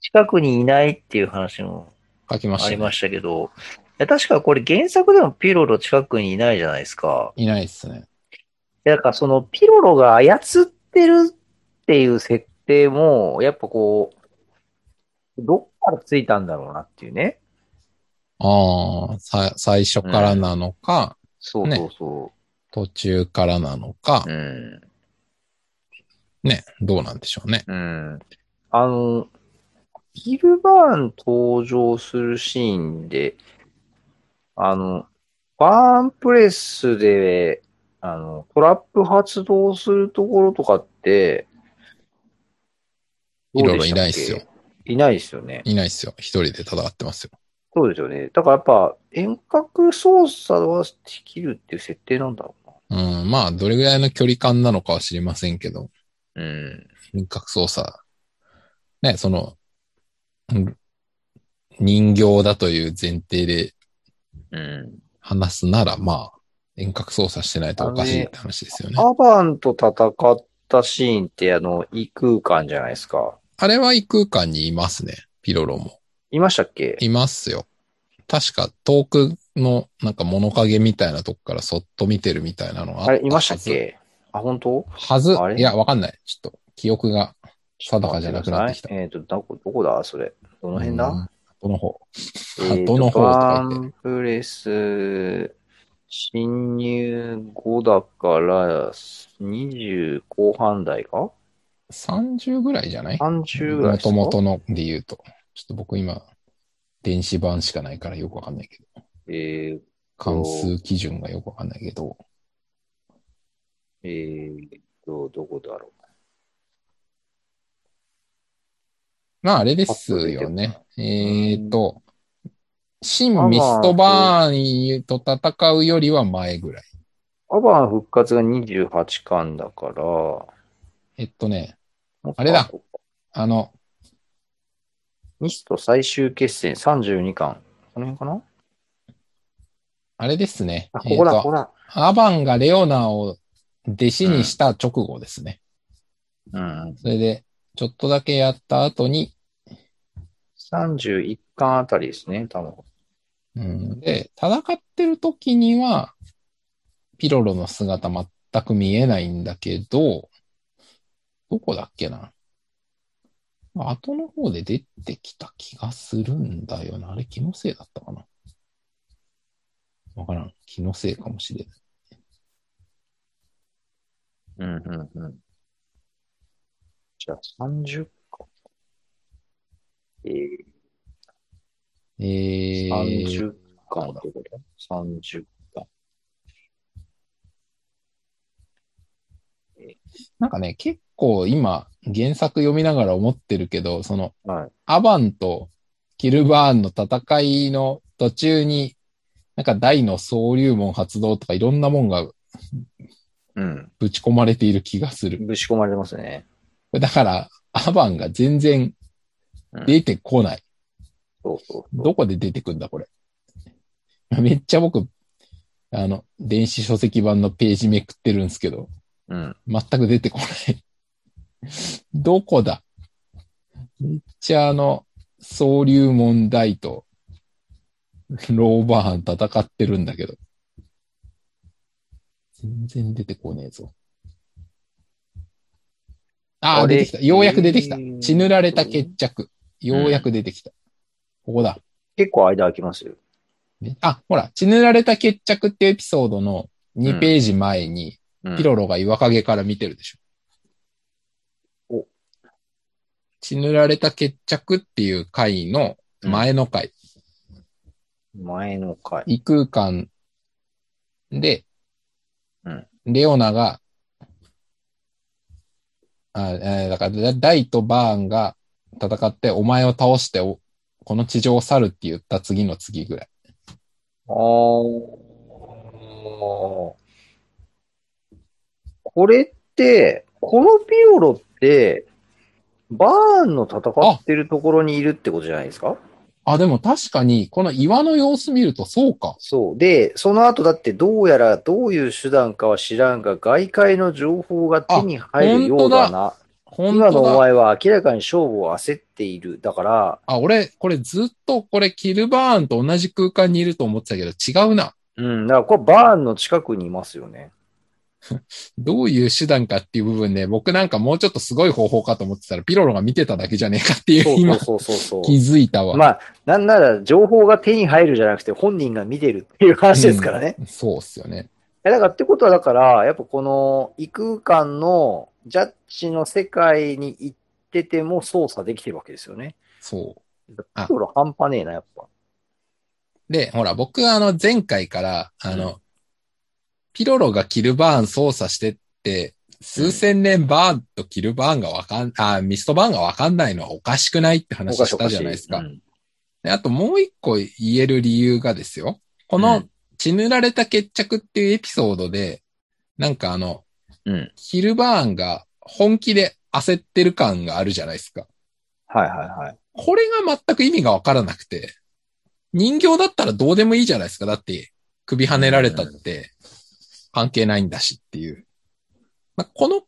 近くにいないっていう話も
書きました
あ
ね、
りましたけど、いや確かこれ原作でもピロロ近くにいないじゃないですか。
いないですね。
いやだからそのピロロが操ってるっていう設定も、やっぱこう、どっからついたんだろうなっていうね。
ああ、さ、最初からなのか、
そうそうそ
途中からなのか
う。、うん。
ね、どうなんでしょうね。
うん。あの、ギルバーン登場するシーンで、あの、バーンプレスで、あの、トラップ発動するところとかって、
い
ど
ろ
う
い
で
ろ
し
い
たっ
ない
け
っすよ。。
いないですよね。
いないっすよ。一人で戦ってますよ。
そうですよね。だからやっぱ遠隔操作はできるっていう設定なんだろう
うん、まあ、どれぐらいの距離感なのかは知りませんけど、
な。うん。
遠隔操作。ね、その、うん人形だという前提で
うん。
話すなら、まあ、遠隔操作してないとおかしいって話ですよね。
アバンと戦ったシーンってあの、異空間じゃないですか。
あれは異空間にいますね。ピロロも。
いましたっけ
いますよ。確か遠くのなんか物陰みたいなとこからそっと見てるみたいなのがあ
あれ、いました
は
っ
ず
けあ、本当
はず
あれ
いや、わかんない。ちょっと、記憶が定かじゃなくなってきた。
えっ、と、どこ、どこだそれ。どの辺だ、
うんどの方
え
あ
ーと
どの方とか
バ
言っ
ーンプレス、侵入後だから、20後半台か
て。30ぐらいじゃない
?30 ぐらい
も
ですか
ともとので言うと。ちょっと僕今、電子版しかないからよくわかんないけど。
えー
関数基準がよくわかんないけど。
えーと、どこだろう
まあ、あれですよね。えーっと、新ミストバーンと戦うよりは前ぐらい。
アバン復活が28巻だから、も
えっとね、
っと
あれだあの、
ミスト最終決戦32巻。この辺かな
あれですね。
あ、ここ
え
だ、
っ
ことこだ。
アバンがレオナを弟子にした直後ですね。
うん。
それで、ちょっとだけやった後に、
31巻あたりですね、多分。
うん、で、戦ってる時には、ピロロの姿全く見えないんだけど、どこだっけな。後の方で出てきた気がするんだよな。あれ気のせいだったかな。わからん。気のせいかもしれない。
うん、うん、うん。じゃあ30巻。えー
えー、
30巻ってこと三十巻。
なんかね、結構今、原作読みながら思ってるけど、その、
はい。
アバンとキルバーンの戦いの途中に、なんか大の総流門発動とかいろんなもんが
うん。
ぶち込まれている気がする。
ぶち込まれてますね。
だから、アバンが全然出てこない。
そうそうそう。
どこで出てくんだ、これ。めっちゃ僕、あの、電子書籍版のページめくってるんですけど、
うん。
全く出てこない。 どこだめっちゃあの、総流問題と、ローバーン戦ってるんだけど。全然出てこねえぞ。ああ、
あれ
出てきた。ようやく出てきた
え。ー
血塗られた決着。ようやく出てきた。ここだ。
結構間空きますよ。
ねあ、ほら、血塗られた決着ってエピソードの2ページ前に、
うん
ピロロが岩陰から見てるでしょ。
お
血塗られた決着っていう回の前の回、
前の回。
異空間で、
うん
レオナが、あ、えーだから、ダイとバーンが戦って、お前を倒してお、この地上を去るって言った次の次ぐらい。
あーこれって、このピオロって、バーンの戦ってるところにいるってことじゃないですか
あ、でも確かに、この岩の様子見るとそうか。
そう。で、その後だってどうやらどういう手段かは知らんが、外界の情報が手に入るようだな。
本
今の
当
お
だ。
前は明らかに勝負を焦っている。だから、
あ、俺、これずっと、これ、キルバーンと同じ空間にいると思ってたけど、違うな。
うん、だからこれバーンの近くにいますよね。
どういう手段かっていう部分で、僕なんかもうちょっとすごい方法かと思ってたら、ピロロが見てただけじゃねえかっていう、
そう
今、
そうそうそう
気
そ
づいたわ。
う。まあ、なんなら情報が手に入るじゃなくて本人が見てるっていう話ですからね。
うんそうっすよね。
えだからってことはだから、やっぱこの異空間のジャッジの世界に行ってても操作できてるわけですよね。
そあ
ピオロ半端ねえな、やっぱ。
う。で、ほら、僕はあの、前回から、あの、ピロロがキルバーン操作してって、数千年バーンとキルバーンがわかん、あ、ミストバーンがわかんないのはおかしくないって話したじゃないですか
う。ん
であともう一個言える理由がですよ。こ
う
の
ん、
血塗られた決着っていうエピソードで、なんかあの、
うん。
ヒルバーンが本気で焦ってる感があるじゃないですか。
はいはいはい。
これが全く意味がわからなくて、人形だったらどうでもいいじゃないですか。だって、首跳ねられたって、関係ないんだしっていう。まあこの、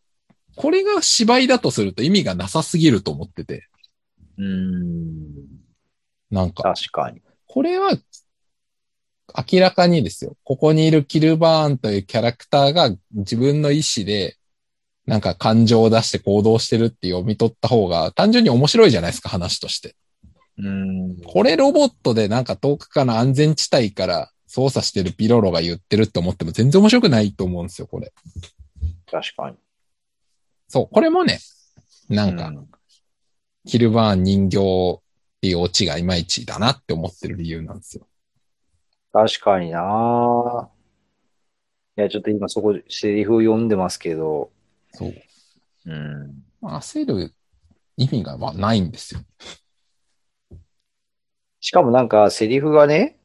これが芝居だとすると意味がなさすぎると思ってて、
うーん。
なんか。
確かに。
これは、明らかにですよ。ここにいるキルバーンというキャラクターが自分の意思で、なんか感情を出して行動してるって読み取った方が、単純に面白いじゃないですか、話として。
うーん。
これロボットでなんか遠くから安全地帯から操作してるピロロが言ってるって思っても全然面白くないと思うんですよ、これ。
確かに。
そう、これもね、なん
う
か、
ん
キルバーン人形っていうオチがいまいちだなって思ってる理由なんですよ。
確かにないや、ちょっと今そこ、セリフを読んでますけど、
そう。
うん。
焦る意味がまあないんですよ。
しかもなんか、セリフがね、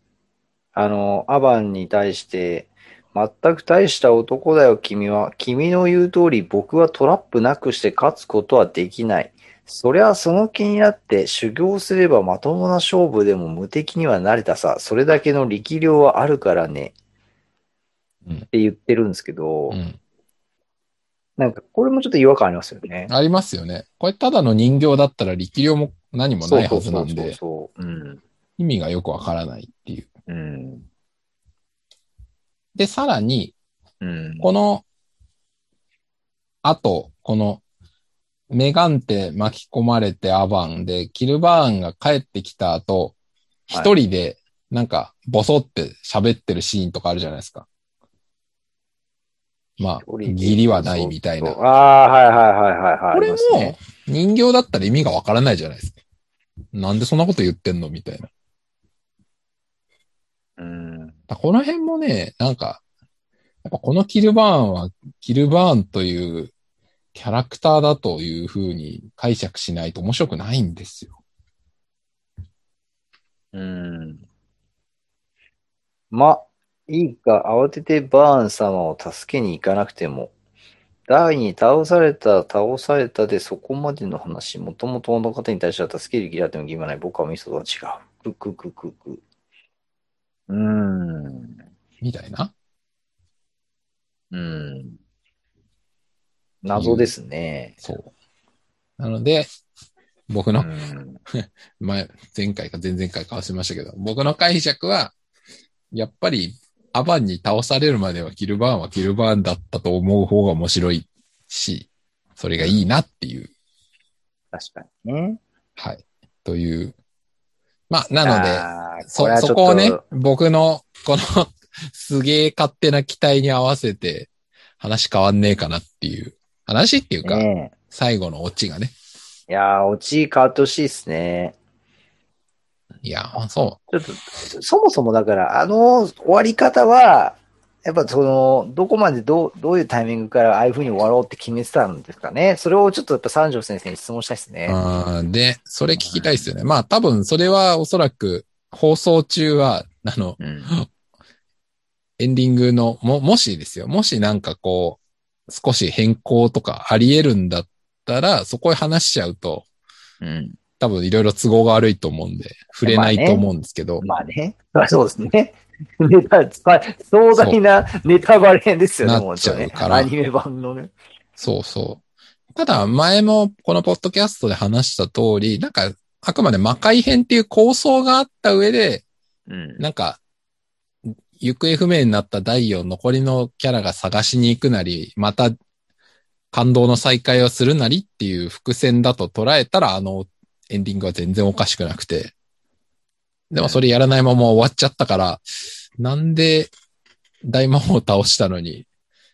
あの、アバンに対して、全く大した男だよ、君は。君の言う通り、僕はトラップなくして勝つことはできない。そりゃその気になって修行すればまともな勝負でも無敵にはなれたさ。それだけの力量はあるからね。
うん
って言ってるんですけど、
うん。
なんかこれもちょっと違和感ありますよね。
ありますよね。これただの人形だったら力量も何もないはずなんで、
そうそうそうそう。
意味がよくわからないっていう。
うん。うん。
で、さらに、
うん。
この、あと、この、メガンテ巻き込まれてアバンで、キルバーンが帰ってきた後、
はい
一人で、なんか、ボソって喋ってるシーンとかあるじゃないですか。まあ、義理はないみたいな。
そう
こ
そうああ、はいはいはいはいはい。
れ
あります
も
ね、
人形だったら意味がわからないじゃないですか。なんでそんなこと言ってんのみたいな。
うん。
だこの辺もね、なんか、やっぱこのキルバーンは、キルバーンというキャラクターだというふうに解釈しないと面白くないんですよ。
うん。ま、いいか、慌ててバーン様を助けに行かなくても。第に倒された、倒されたで、そこまでの話、もともとの方に対しては助ける気だっても義務はない。僕はミスとは違う。くくくくく。うーん。
みたいな。
うん。謎ですね。
そう。なので、僕
う
の、
ん。
前、前回か前々回か忘れましたけど、僕の解釈は、やっぱり、アバンに倒されるまではキルバーンはキルバーンだったと思う方が面白いし、それがいいなっていう、
確かにね。
はい。という。まあ、なので、
あー
そ
れ、はちょ
そ
っと
こをね、僕の、この、 すげえ勝手な期待に合わせて、話変わんねえかなっていう。話っていうか、
ね
最後のオチがね。
えいやー、落ち変わってほしいですね。
いや、あそ
ちょっと、そもそもだから、あの終わり方は、やっぱその、どこまでどう、どういうタイミングからああいうふうに終わろうって決めてたんですかね。それをちょっとやっぱ三条先生に質問したいです
う。
ね。
あーで、それ聞きたいですよね。まあ、多分、それはおそらく、放送中は、あの、
うん。
エンディングの、も、もしですよ。もしなんかこう、少し変更とかあり得るんだったら、そこへ話しちゃうと、
うん。
多分いろいろ都合が悪いと思うんで、触れないと思うんですけど。
まあね。そうですね。 ネタ、まあ壮大なネタバレ編ですよね、
な
も
っ
う
ち
ち
ゃ
ょっと
う
ね。
から
アニメ版のね。
そうそう。ただ、前もこのポッドキャストで話した通り、なんか、あくまで魔界編っていう構想があった上で、
うん。
なんか、行方不明になった第4残りのキャラが探しに行くなり、また感動の再会をするなりっていう伏線だと捉えたら、あのエンディングは全然おかしくなくて。でもそれやらないまま終わっちゃったから、なんで大魔王を倒したのに、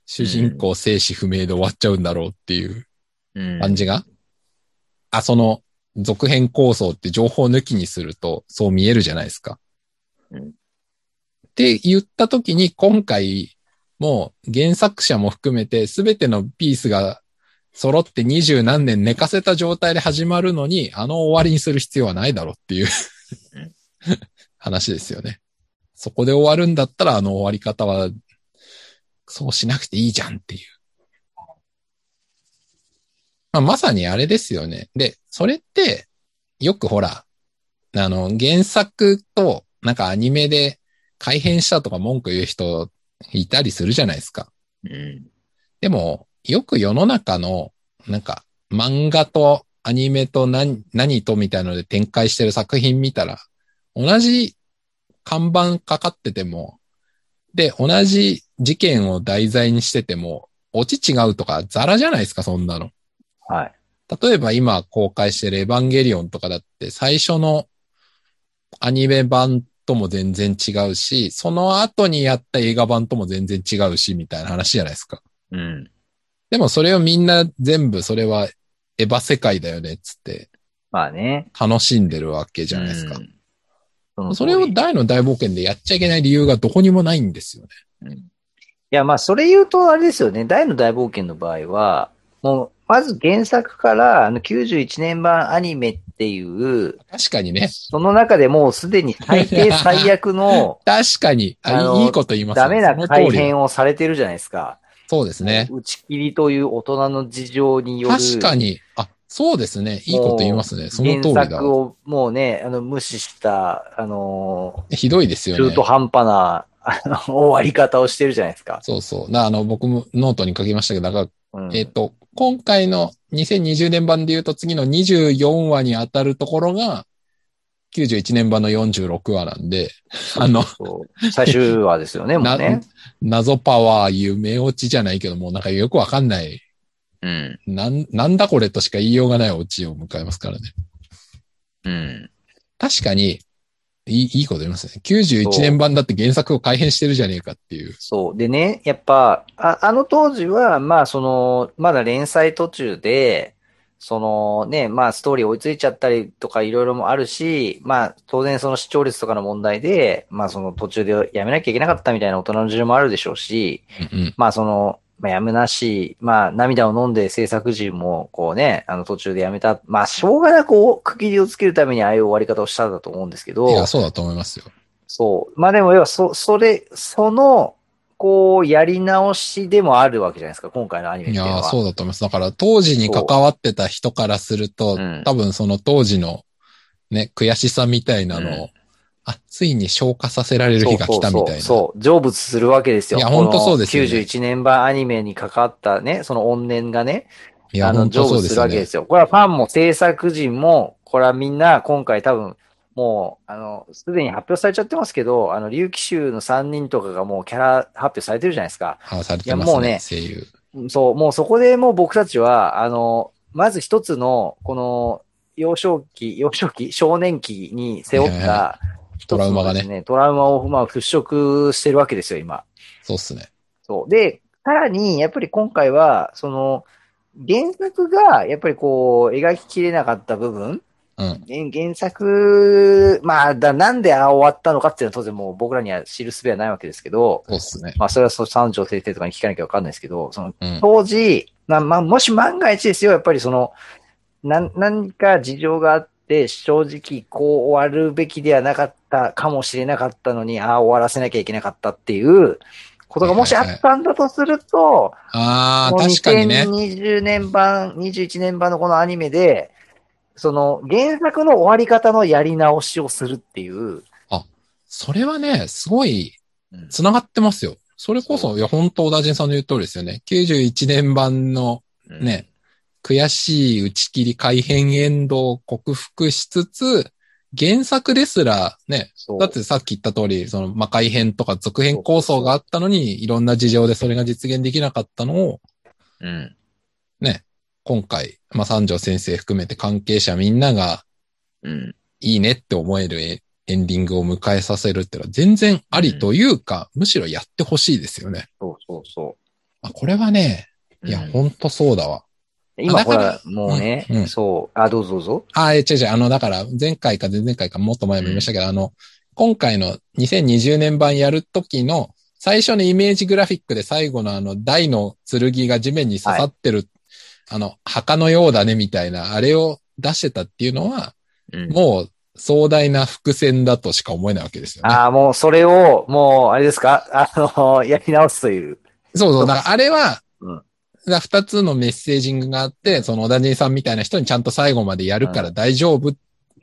主人公生死不明で終わっちゃうんだろうっていう
うん
感じが、あ、その続編構想って情報抜きにするとそう見えるじゃないですか。
うん
って言った時に今回もう原作者も含めて全てのピースが揃って二十何年寝かせた状態で始まるのにあの終わりにする必要はないだろうっていう
うん
話ですよね。そこで終わるんだったらあの終わり方はそうしなくていいじゃんっていう。まあ、まさにあれですよね。で、それってよくほら、あの原作となんかアニメで改変したとか文句言う人いたりするじゃないですか。
うん。
でも、よく世の中の、なんか、漫画とアニメと何、何とみたいので展開してる作品見たら、同じ看板かかってても、で、同じ事件を題材にしてても、オチ違うとかザラじゃないですか、そんなの。
はい。
例えば今公開してるエヴァンゲリオンとかだって最初のアニメ版とも全然違うし、その後にやった映画版とも全然違うし、みたいな話じゃないですか。
うん。
でもそれをみんな全部それはエヴァ世界だよねっつって
まあね。
楽しんでるわけじゃないですか
う。ん。の通
そ
り
れを大の大冒険でやっちゃいけない理由がどこにもないんですよね。
いや、まあ、それ言うと、あれですよね。大の大冒険の場合は、もう、まず原作から、あの、91年版アニメっていう、
確かにね。
その中でもうすでに最低最悪の
確かに。あ
あの
いいこと言い ますね
ダメな
その通
改
り
変をされてるじゃないですか。
そうですね。
打ち切りという大人の事情による。
確かに。あ、そうですね。いいこと言いますね。その通り
原
だ。
作をもうね、あの、無視した、あの
ひどいです
ー、
よね。
中途半端な、あの、終わり方をしてるじゃないですか。
そうそう。な、あの、僕もノートに書きましたけど、だから
うん
えっ、と、今回の2020年版で言うと次の24話に当たるところが、91年版の46話なんで、あの、
そう最終話ですよね、もうね。
謎パワー、夢落ちじゃないけど、もうなんかよくわかんない、
うん。
なん、なんだこれとしか言いようがないオチを迎えますからね。
うん。
確かに、いい、いいこと言いますね。91年版だって原作を改変してるじゃねえかっていう。
そう。でね、やっぱ、ああの当時は、まあ、その、まだ連載途中で、そのね、まあ、ストーリー追いついちゃったりとかいろいろもあるし、まあ、当然その視聴率とかの問題で、まあ、その途中でやめなきゃいけなかったみたいな大人の事情もあるでしょうし、
うんうん。
まあその、まあ、やむなし、まあ涙を飲んで制作陣もこうね、あの途中でやめた、まあしょうがなくこう区切りをつけるためにああいう終わり方をしたんだと思うんですけ
い
ど
や、、そうだと思いますよ。
そう。まあでも要はそ、それ、その、こう、やり直しでもあるわけじゃないですか、今回のアニメっ
い
ていうの
やー
は。
そうだと思います。だから当時に関わってた人からすると、
うん
多分その当時のね、悔しさみたいなのを、
うん
あ、ついに消化させられる日が来たみたいな。
そうそうそうそう、成仏するわけですよ。
いや
この
本当そうですよね
91年版アニメに関わったね、その怨念がね、
いや、
あの、
本
成
当そうで
仏
すす
る
よ
わけで
ね。
すよ。これはファンも制作陣も、これはみんな今回多分、もう、あの、すでに発表されちゃってますけど、あの、竜騎衆の3人とかがもうキャラ発表されてるじゃないですか。
あされてます
いやもう
ね、
ね
声優。
そう、もうそこでもう僕たちは、あの、まず一つの、この、幼少期、 幼少期、少年期に背負っ
はいはい
た、一
ト
つ
ラウマ
の
が
です
ね。
ね、トラウマを、まあ、払拭してるわけですよ、今。
そうっすね。
そう。で、さらに、やっぱり今回は、その、原作が、やっぱりこう、描ききれなかった部分、
うん。
原原作、まあ、だ、なんでああ終わったのかっていうのは当然もう僕らには知る術はないわけですけど、
そうっすね。
まあ、それはそう、三条先生とかに聞かなきゃわかんないですけど、その、
うん。
当時、なまあ、もし万が一ですよ、やっぱりその、なん、何か事情があって、正直こう終わるべきではなかったかもしれなかったのに、ああ、終わらせなきゃいけなかったっていうことがもしあったんだとすると、
ああ、
この
確かにね。
2020年版、21年版のこのアニメで、その原作の終わり方のやり直しをするっていう、
それはね、すごい、
うん
繋がってますよ。それこそ、いや、本当、小田人さんの言う通りですよね。91年版のね、悔しい打ち切り改変エンドを克服しつつ、原作ですらね、
そう
だってさっき言った通り、その、まあ、改編とか続編構想があったのに、いろんな事情でそれが実現できなかったのを、
うん
今回、まあ、三条先生含めて関係者みんなが
うん
いいねって思えるエエンディングを迎えさせるってのは全然ありというか、むしろやってほしいですよね。
そうそうそ
あ、これはね、
う。
いや、
うん
ほんとそうだわ。
今
だ
ほ
から
ら、もうね、
うんうん
そう、あ、どうぞどうぞ。
あ、え、違う違う。あの、だから、前回か前々回か、もっと前も言いましたけど、あの、今回の2020年版やるときの、最初のイメージグラフィックで最後のあの、台の剣が地面に刺さってる、あの、墓のようだね、みたいな、あれを出してたっていうのは、
うん
もう、壮大な伏線だとしか思えないわけですよね。
ああ、もうそれを、もう、あれですか、あの、 やり直すという。
そうそう、だからあれは、
うん
だから二つのメッセージングがあって、その小田人さんみたいな人にちゃんと最後までやるから大丈夫っ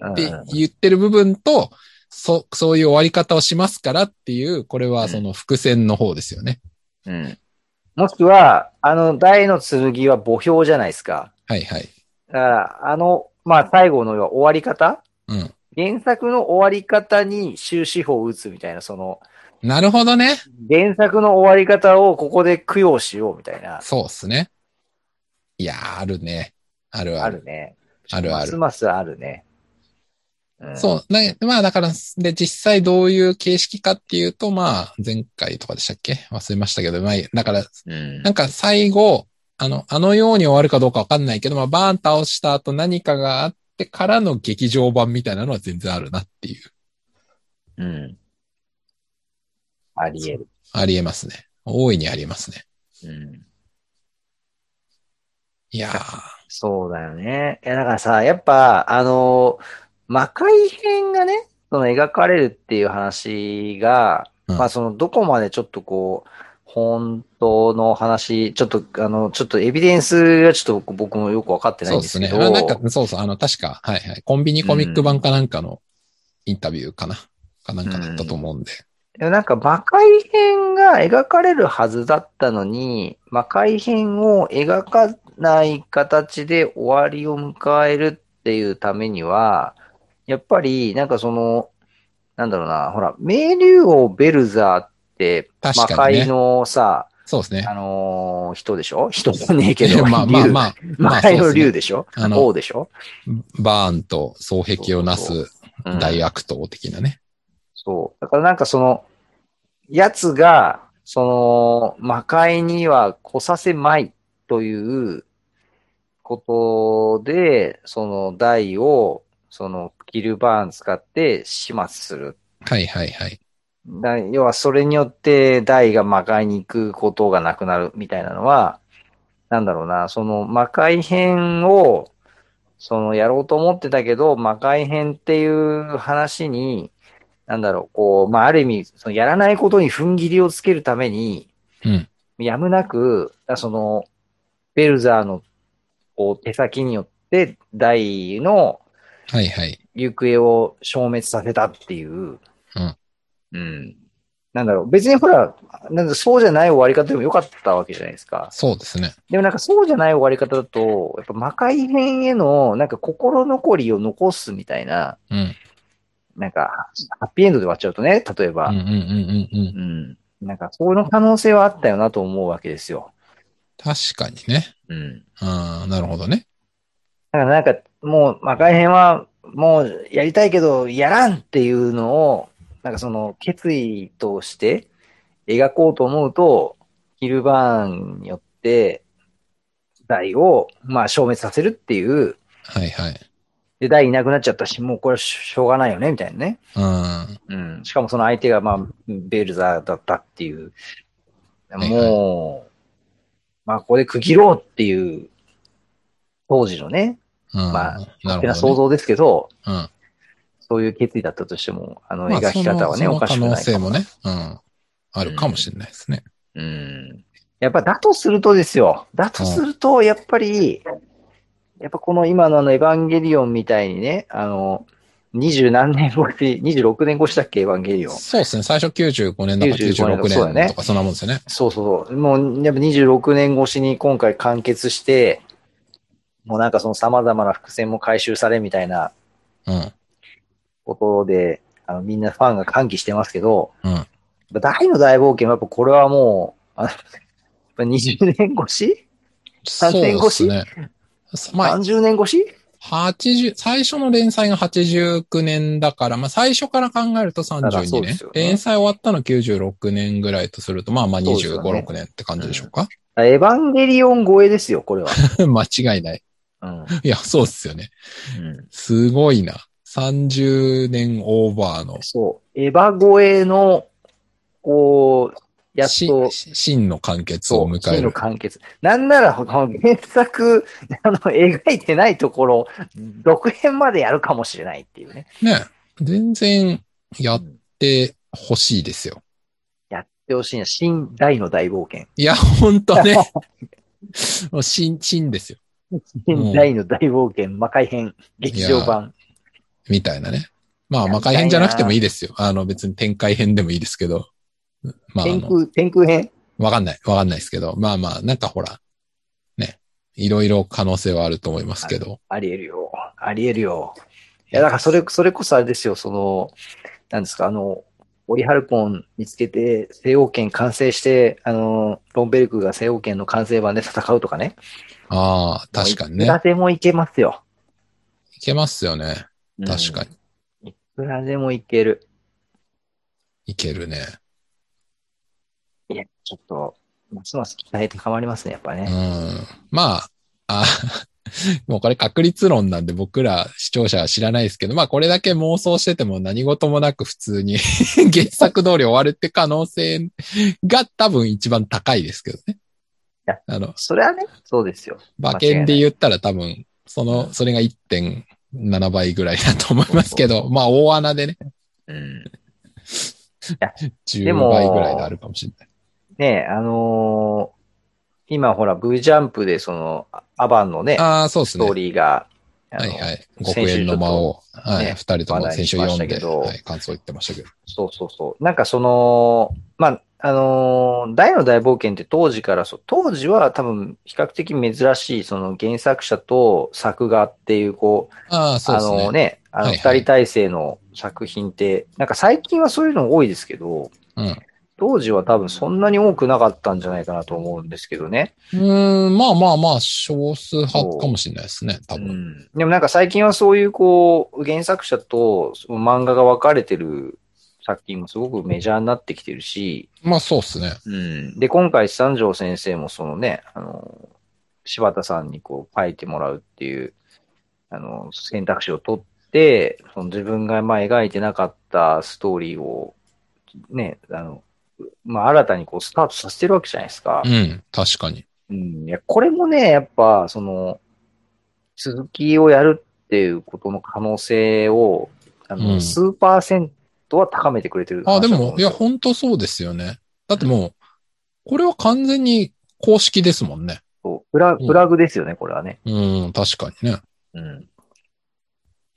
うん
って言ってる部分と、そ、そういう終わり方をしますからっていう、これはその伏線の方ですよね。
うんもしくは、あの、大の剣は墓標じゃないですか。
はいはい。
だから、あの、まあ、最後の要は終わり方
うん。
原作の終わり方に終止符を打つみたいな、その、
なるほどね。
原作の終わり方をここで供養しようみたいな、
そうっすね。いやー、あるね。あるあ
あ
る。
るね。
あるあ
ます
る。
ますあるね。うん
そう。なまあだから、で、実際どういう形式かっていうと、まあ、前回とかでしたっけ忘れましたけど、まあ、だから、
うん
なんか最後、あの、あのように終わるかどうかわかんないけど、まあ、バーン倒した後何かがあってからの劇場版みたいなのは全然あるなっていう。
うん。あり得る。
ありえますね。大いにありますね。
うん。
いいやー、
そうだよね。いや、だからさ、やっぱ、あの、魔界編がね、その描かれるっていう話が、
うん
まあそのどこまでちょっとこう、本当の話、ちょっとあの、ちょっとエビデンスがちょっと僕もよくわかってない
そ
ん
う
で
ですす
け
ね。
ど。
あなんか、そうそう、あの、確か、はいはい。コンビニコミック版かなんかのインタビューかな、かなんかだったと思うんで。
でもなんか魔界編が描かれるはずだったのに、魔界編を描かない形で終わりを迎えるっていうためには、やっぱりなんかその、なんだろうな、ほら、名竜王ベルザーって、魔
確かにね。
界のさ、
そうですね
あ。のー人でしょ人じゃねえけ ど、
まあまあま
あ、
あ、ま
魔
あそう
界
で
の
す
竜
ね。
でしょ、
あの
王でしょ、
バーンと双璧をなす
うん
大悪党的なね。
そう。だからなんかその、やつが、その、魔界には来させまいということで、その台を、その、キルバーン使って始末する。
はいはいはい。
だ要は、それによって台が魔界に行くことがなくなるみたいなのは、なんだろうな、その魔界編を、そのやろうと思ってたけど、魔界編っていう話に、なんだろう、こう、まあ、ある意味、そのやらないことに踏ん切りをつけるために、
うん。
やむなく、あその、ベルザーの、こう、手先によって、大の
はいはい。
行方を消滅させたっていう。
うん。
うん。なんだろう、別にほら、なんだそうじゃない終わり方でもよかったわけじゃないですか。
そうですね。
でもなんかそうじゃない終わり方だと、やっぱ魔界編への、なんか心残りを残すみたいな、
うん。
なんか、ハッピーエンドで終わっちゃうとね、例えば。
うんうんうんうんうん。
うん。なんか、その可能性はあったよなと思うわけですよ。
確かにね。
うん。
ああ、なるほどね。
だからなんか、もう、魔界編は、もう、やりたいけど、やらんっていうのを、なんかその、決意として、描こうと思うと、ヒルバーンによって、大を、まあ、消滅させるっていう、
はいはい。
で、大いなくなっちゃったし、もうこれはししょうがないよね、みたいなね。
うん。
うん。しかもその相手が、まあ、ベルザーだったっていう。
はい
もう、まあ、ここで区切ろうっていう、当時のね、
うん
まあ、
な
勝手
る
な想
ほど、ね。
像ですけど、
うん。ま
そういう決意だったとしても、あの、
あ
描き方はね、
その
おかしく
その可能
ないか
性も
も
ね。うん。あるかもしれないですね。
うん。やっぱだとするとですよ。だとすると、やっぱり、やっぱこの今のあの、エヴァンゲリオンみたいにね、あの、二十何年越し、26年越しだっけ、エヴァンゲリオン。
そうですね。最初95年だから
95
96
年そうだ
年
ね
とかそんなもんですよね。
そうそうそう。もう、やっぱ26年越しに今回完結して、もうなんかその様々な伏線も回収されみたいな
うん。
ことで、あの、みんなファンが歓喜してますけど、
うん
やっぱ大の大冒険はやっぱこれはもう、あのやっぱ20年越し
そうですね。まあ、
?30 年越し
80、最初の連載が89年だから、まあ最初から考えると
だから
32
そうで
年
すよ。ね
連載終わったの96年ぐらいとすると、まあまあ
そうです
25、
よね
6年って感じでしょうか、
エヴァンゲリオン超えですよ、これは。
間違いない。
うん。うん
いや、そうっすよね。すごいな。30年オーバーの、
そう。エヴァ超えの、こう、やっ
し
と、
し真の完結を迎え
真の
る。
完結。なんなら、この原作、 あの、描いてないところ、続編までやるかもしれないっていうね。
ね。全然やっ
うん
てほしいですよ。
やってほしいな。新大の大冒険。
いや、ほんとね。 もう新、新ですよ。
新大の大冒険、魔界編、劇場版。
みたいなね。まあ、
や
魔界編じゃなくてもいいですよ。あの、別に展開編でもいいですけど。まあ、あ
天
の、
空、天空編
わかんない。わかんないですけど。まあまあ、なんかほら、ね。いろいろ可能性はあると思いますけど。
ありえるよ。ありえるよ。いや、だからそれ、それこそあれですよ、その、なんですか、あの、オリハルコン見つけて、西欧圏完成して、あの、ロンベルクが西欧圏の完成版で戦うとかね。
ああ、確かに
いくら
ね。
でもいけますよ。
いけますよね。確か
に
に。
いくらでもいける。
いけるね。
いや、ちょっと、ますます期待高まりますね、やっぱ
う
ね。
ん。まあ、あ もうこれ確率論なんで僕ら視聴者は知らないですけど、まあこれだけ妄想してても何事もなく普通に 原作通り終わるって可能性が多分一番高いですけどね。
や
あの、
それはね、そうですよ。
馬券で言ったら多分、その、それが1.7倍ぐらいだと思いますけど、まあ大穴でね、
うん。で
10
も
倍ぐらいであるかもしれない。
ねえ、あのー今ほら、V ジャンプでその、あアバンのね、
ああ、そうで
ス
す
トー
ね。
リーが、あ
は
の
いはい。極縁の間を、はい、二人とも先週読んで、
話題にしましたけど
はい、感想言ってましたけど。
そうそうそう。なんかその、まあ、あのー大の大冒険って当時からそう、当時は多分比較的珍しい、その原作者と作画っていう、こう、
ああ、そう
あ
ですね。
のね、あの
はい
二
はい
人体制の作品って、なんか最近はそういうの多いですけど、
うん
当時は多分そんなに多くなかったんじゃないかなと思うんですけどね。
うーん、まあまあまあ、少数派かもしれないですね、多
う
分。
ん、でもなんか最近はそういうこう、原作者とその漫画が分かれてる作品もすごくメジャーになってきてるし、
まあそうですね。
うん、で、今回三条先生もそのね、あの、柴田さんにこう書いてもらうっていう、あの、選択肢を取って、その自分がまあ描いてなかったストーリーを、ね、あの、まあ新たにこうスタートさせてるわけじゃないですか
う。ん、確かに。
うん、いや、これもね、やっぱ、その、続きをやるっていうことの可能性を、あの、
うん
数パーセントは高めてくれてる
あ、
話
で
だと思
も
う、
い
んす
や、
よ
本当そうですよね。だってもう、これは完全に公式ですもんね。
そうフラ、フラグですよね、これはね。
うん、確かにね。
うん。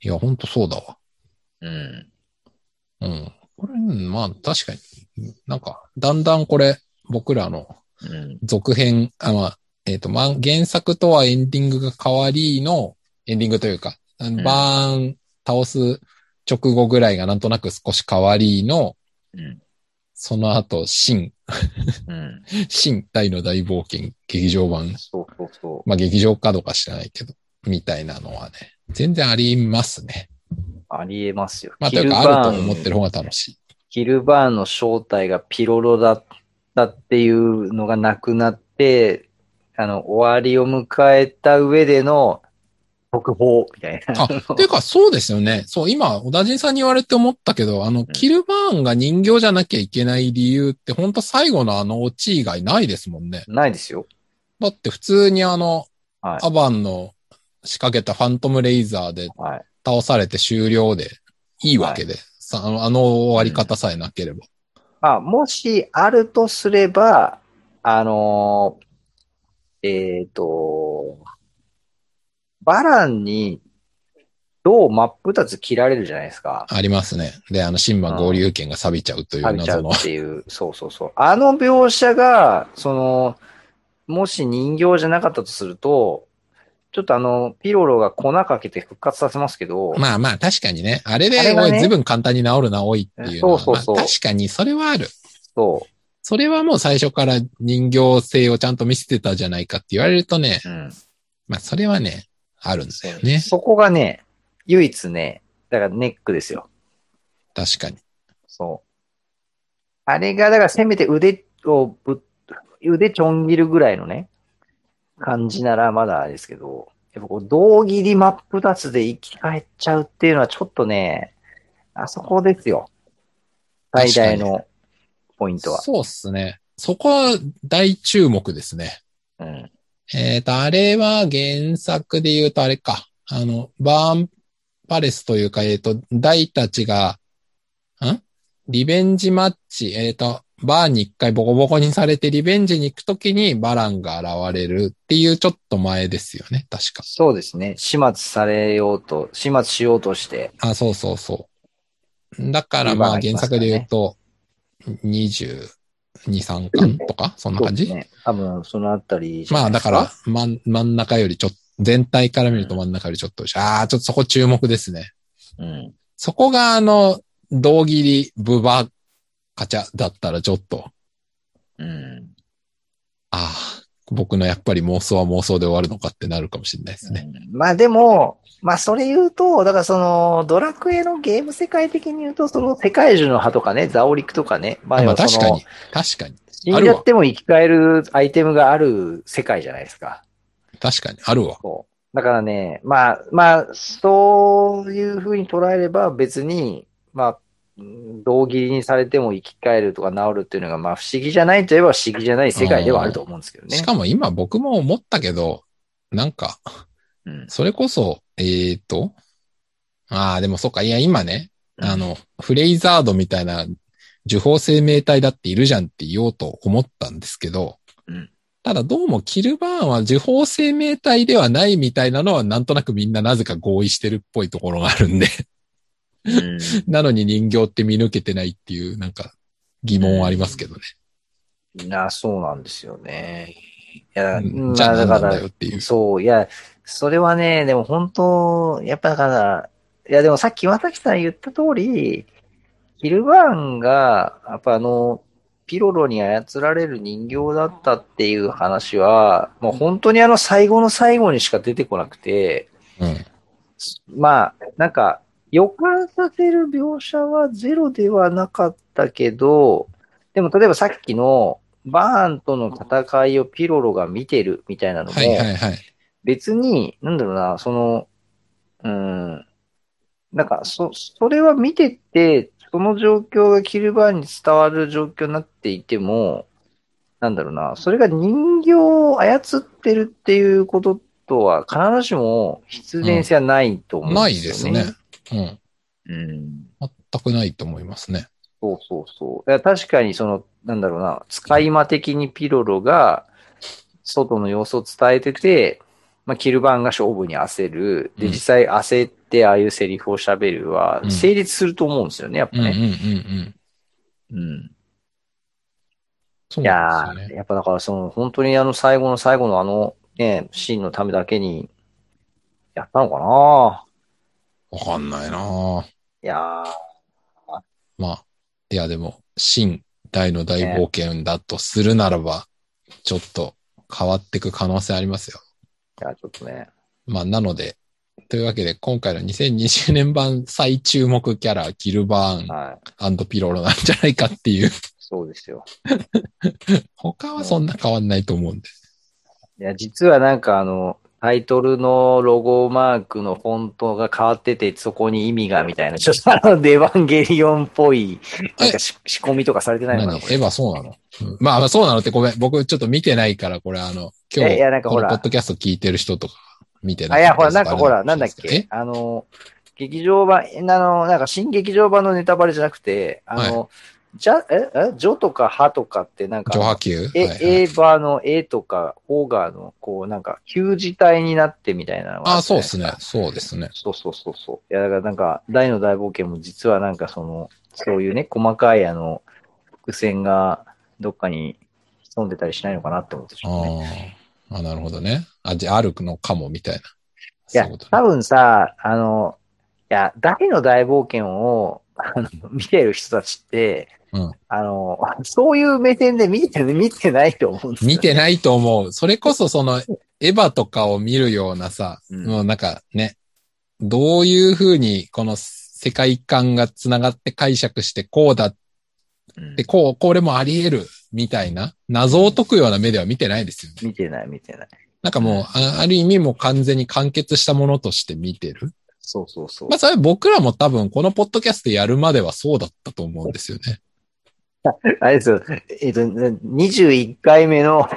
いや、本当そうだわ。
うん。
うん。これ、うんまあ、確かに。なんか、だんだんこれ、僕らの
うん。
続編、あまあ、えっ、と、まあ、原作とはエンディングが変わりの、エンディングというか、あの
うん
バーン倒す直後ぐらいがなんとなく少し変わりの、
うん。
その後、新、
うん。
新大の大冒険劇場版、
そうそうそ
まあ、劇場化とか知らないけど、みたいなのはね、全然ありますね。
う。ありえますよ。
まあ、と
キ
い
ル
う
バ
か、
ーン
あると思ってる方が楽しい。
キルバーンの正体がピロロだったっていうのがなくなって、あの、終わりを迎えた上での、特報みたいな。
あ、ていうか、そうですよね。そう、今、小田人さんに言われて思ったけど、あの、キルバーンが人形じゃなきゃいけない理由って、本当最後のあのオチ以外ないですもんね。
ないですよ。
だって普通にあの、
はい
アバンの仕掛けたファントムレイザーで
はい。
倒されて終了でいいわけで、さあのあの終わり方さえなければ。
まあ、もしあるとすれば、あのーえっ、と、バランに、どう真っ二つ切られるじゃないですか。
ありますね。で、あの、新馬合流券が錆びちゃうという
食べちゃ
謎
う
の。
っていう、そうそうそう。あの描写が、その、もし人形じゃなかったとすると、ちょっとあの、ピロロが粉かけて復活させますけど、
まあまあ、確かにね。あれで、
あれが
おい、
ね
ずいぶん簡単に治るな、おいっていうのは。
そうそうそう
まあ確かに、それはある。
そ
それはもう最初から人形性をちゃんと見せてたじゃないかって言われるとね、
う、うん。
まあそれはね、あるんだよね。
そこがね、唯一ね、だからネックですよ。
確かに。
そう。あれが、だからせめて腕をぶっ、腕ちょん切るぐらいのね、感じならまだあれですけど、やっぱこう、胴切り真っ二つで生き返っちゃうっていうのはちょっとね、あそこですよ。最大のポイントは。
そうっすね。そこは大注目ですね。
うん。
えっ、と、あれは原作で言うとあれか。あの、バーンパレスというか、えっ、と、大たちが、んリベンジマッチ、えっ、と、バーンに一回ボコボコにされてリベンジに行くときにバランが現れるっていうちょっと前ですよね、確か。
そうですね。始末されようと、始末しようとして、
あ、そうそうそう。だからま
今が
あ
い
原
ますか
作
ら
で
ね
言うと、22、3巻とか、そんな
そう
感
です
じ、
ね。多分、そのあたりじゃ
ま
な
あ
いで
だ
すか
から、真ん真ん中よりちょっと、全体から見ると真ん中よりちょっと後ろ、ああ、ちょっとそこ注目ですね。
うん。
そこがあの、胴切り、ブバ、カチャだったらちょっと、
うん。
ああ、僕のやっぱり妄想は妄想で終わるのかってなるかもしれないですね。
うんまあでも、まあそれ言うと、だからその、ドラクエのゲーム世界的に言うと、その世界中の歯とかね、ザオリクとかね、
ま
ま
あ
要はその
確かに、確かに、
死んじゃっても生き返るアイテムがある世界じゃないですか。
確かに、あるわ。
そう。だからね、まあ、まあ、そういうふうに捉えれば別に、まあ、うん胴切りにされても生き返るとか治るっていうのが、まあ不思議じゃないといえば不思議じゃない世界ではあると思うんですけどね。
しかも今僕も思ったけど、なんか、
うん。
それこそ、えーっと、ああ、でもそっか、いや、今ね、
うん
あの、フレイザードみたいな、受法生命体だっているじゃんって言おうと思ったんですけど、
うん
ただどうもキルバーンは受法生命体ではないみたいなのはなんとなくみんななぜか合意してるっぽいところがあるんで、
うん
なのに人形って見抜けてないっていう、なんか、疑問はありますけどね。
なあ、そうなんですよね。いや、
うん
ま
じゃあ
あだ
何
か
なんだ
ら
よ、っていう。
そう、いや、それはね、でも本当、やっぱだから、いやでもさっき渡木さん言った通り、ヒルバーンが、やっぱあの、ピロロに操られる人形だったっていう話は、もう本当にあの最後の最後にしか出てこなくて、
うん。
まあ、なんか、予感させる描写はゼロではなかったけど、でも例えばさっきのバーンとの戦いをピロロが見てるみたいなのも、
はいはいはい。
別に、なんだろうな、その、うん、なんか、そ、それは見てて、その状況がキルバーンに伝わる状況になっていても、なんだろうな、それが人形を操ってるっていうこととは、必ずしも必然性はないと思うん
ない
で
ですす
よ
ね
ね。。
うん。
うん。
全くないと思いますね。
そうそうそう。いや確かにその、なんだろうな、使い魔的にピロロが、外の様子を伝えてて、まあ、キルバンが勝負に焦る。で、
うん
実際焦って、ああいうセリフを喋るは
う、ん
成立すると思うんですよね、やっぱ
うんうんうん
ね。
うん。
うん。
そう
いや
なんですよ
ー、
ね。
やっぱだからその、本当にあの最後の最後のあの、ね、シーンのためだけに、やったのかな
わかんないなぁ
いやー、
まあ、いやでも、新大の大冒険だとするならば、ちょっと変わっていく可能性ありますよ。
いや、ちょっとね。
まあ、なので、というわけで、今回の2020年版最注目キャラ、キルバ
はい。
ーンピロロなんじゃないかっていう、
そうですよ。
他はそんな変わんないと思うんで。
いや、実はなんかあの、タイトルのロゴマークのフォントが変わってて、そこに意味がみたいな、ちょっとあの、デヴァンゲリオンっ ぽい、なんかし仕込みとかされてないのか
何
な
エ
これ
ヴァそうなの、うんまあ、そうなのってごめん。僕ちょっと見てないから、これあの、今
えいやなん
日、
か
こ
ほ
の
ら
ポッドキャスト聞いてる人とか見てな
あ、いや、ほら、なんかほ
あ
ら、
れ
なんだっ
です
け、あの、劇場版、えあの、なんか新劇場版のネタバレじゃなくて、あの、じゃ、え、え、ジョとかハとかってなん
え上波
か、
球
え、
はいはい
エーバーのエとか、オーガーの、こう、なんか、旧字体になってみたいなのが
あ
った
そう
じゃ
で
ない
す
か
ね。そうですね。
そうそうそうそう。いや、だからなんか、大の大冒険も実はなんかその、そういうね、細かいあの、伏線がどっかに潜んでたりしないのかなって思ってし
あ
まうね。
ーあ、なるほどね。あ、じゃあ、あるのかも、みたいな。
いや
そううこ、と
多
ね
分さ、あの、いや、大の大冒険を、あの、見てる人たちって、
うん
あの、そういう目線で見て、見てないと思うんですよ。
見てないと思う。それこそ、その、エヴァとかを見るようなさ、
うん
もうなんかね、どういうふうに、この世界観がつながって解釈して、こうだっ
うん
て、こう、これもあり得る、みたいな、謎を解くような目では見てないですよね。
見てない、見てない。
なんかもう、あある意味もう完全に完結したものとして見てる。
そうそうそう
まあ、。それは僕らも多分、このポッドキャストやるまではそうだったと思うんですよね。
あれですよ、えっ、と、21回目の、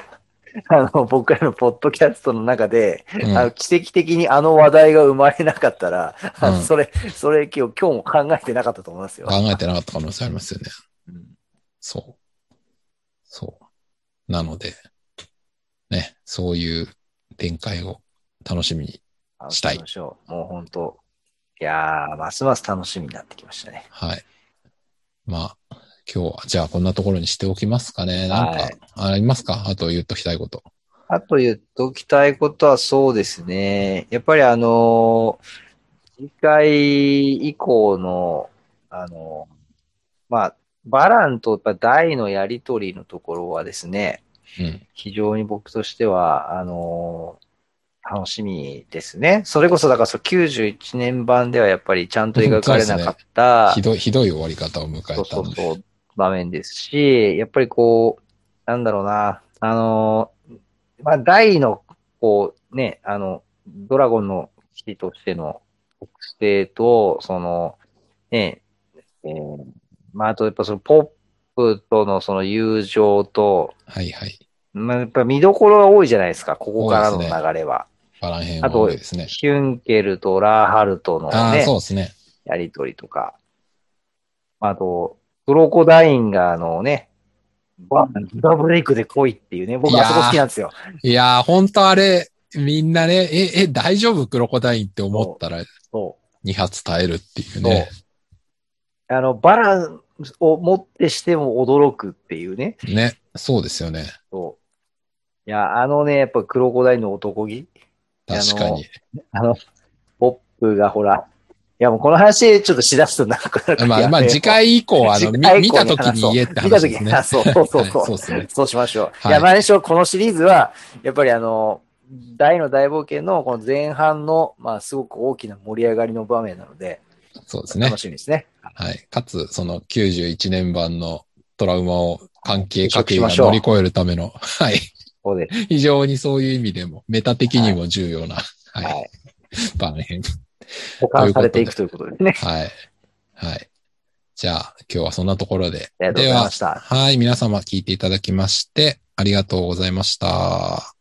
あの、僕らのポッドキャストの中で、
うん
あの奇跡的にあの話題が生まれなかったら、あ
う
の
ん
それ、それ今日、今日も考えてなかったと思いますよ。
考えてなかった可能性ありますよね。
うん
そう。そう。なので、ね、そういう展開を楽しみに。
あの
したい
行きましょう。もう本当、いやー、ますます楽しみになってきましたね。
はい。まあ、今日は、じゃあこんなところにしておきますかね。なん
は
か
い、
ありますかあと言っときたいこと。
あと言っときたいことはそうですね。やっぱりあのー次回以降の、あのーまあ、バランとやっぱ大のやりとりのところはですね、
うん。
非常に僕としては、あのー楽しみですね。それこそ、だからそう91年版ではやっぱりちゃんと描かれなかった、
ひどい、ひどい終わり方を迎えた
そうそ
ので。
うそう、場面ですし、やっぱりこう、なんだろうな、あのーまあ、大の、こう、ね、あの、ドラゴンの騎士としての特性と、その、ね、えーまあ、あとやっぱそのポップとのその友情と、
はいはい。
まあ、やっぱ見どころが多いじゃないですか、ここからの
多い
流
ですね
れは。
バラン編
あ
は
と
多いですね。
ヒュンケルとラーハルトの
ああ、
ね
そう、ですね。
やりとりとか。あと、クロコダインがあのね、バダブレイクで来いっていうね、僕
いや
あ
ー
そこ好きなんですよ。
いやー、本当あれ、みんなね、え、え、大丈夫クロコダインって思ったら、
そ
2発耐えるっていう
う。
ね。
そうあの、バランスを持ってしても驚くっていうね。
ね。そうですよね。
そう。いや、あのね、やっぱクロコダインの男気。あの
確かに。
あの、ポップがほら、いやもうこの話ちょっとしだすとなんか、
まあ、まあ、次回以 降、あの、み
次回以
見
降
た
に
時
話そう
に言えって
見た
話
とき
です
に
ね。
話 そう。そうそう
はい
そ
そう
う。
ですね。
そうしましょう。
はい
い、や、まあ、しょこのシリーズは、やっぱりあの、大の大冒険のこの前半の、まあ、すごく大きな盛り上がりの場面なので、
そうですね
楽。しみですね。
はい。かつ、その91年版のトラウマを関係
払
各
拭
位
しま
が
しょう
乗り越えるための、はい。
ここで。
非常にそういう意味でも、メタ的にも重要な、はい。
はい。
番編。
保管されていくということですね。
はい。はい。じゃあ、今日はそんなところで。
ありがとうございました
でははい。皆様聞いていただきまして、ありがとうございました。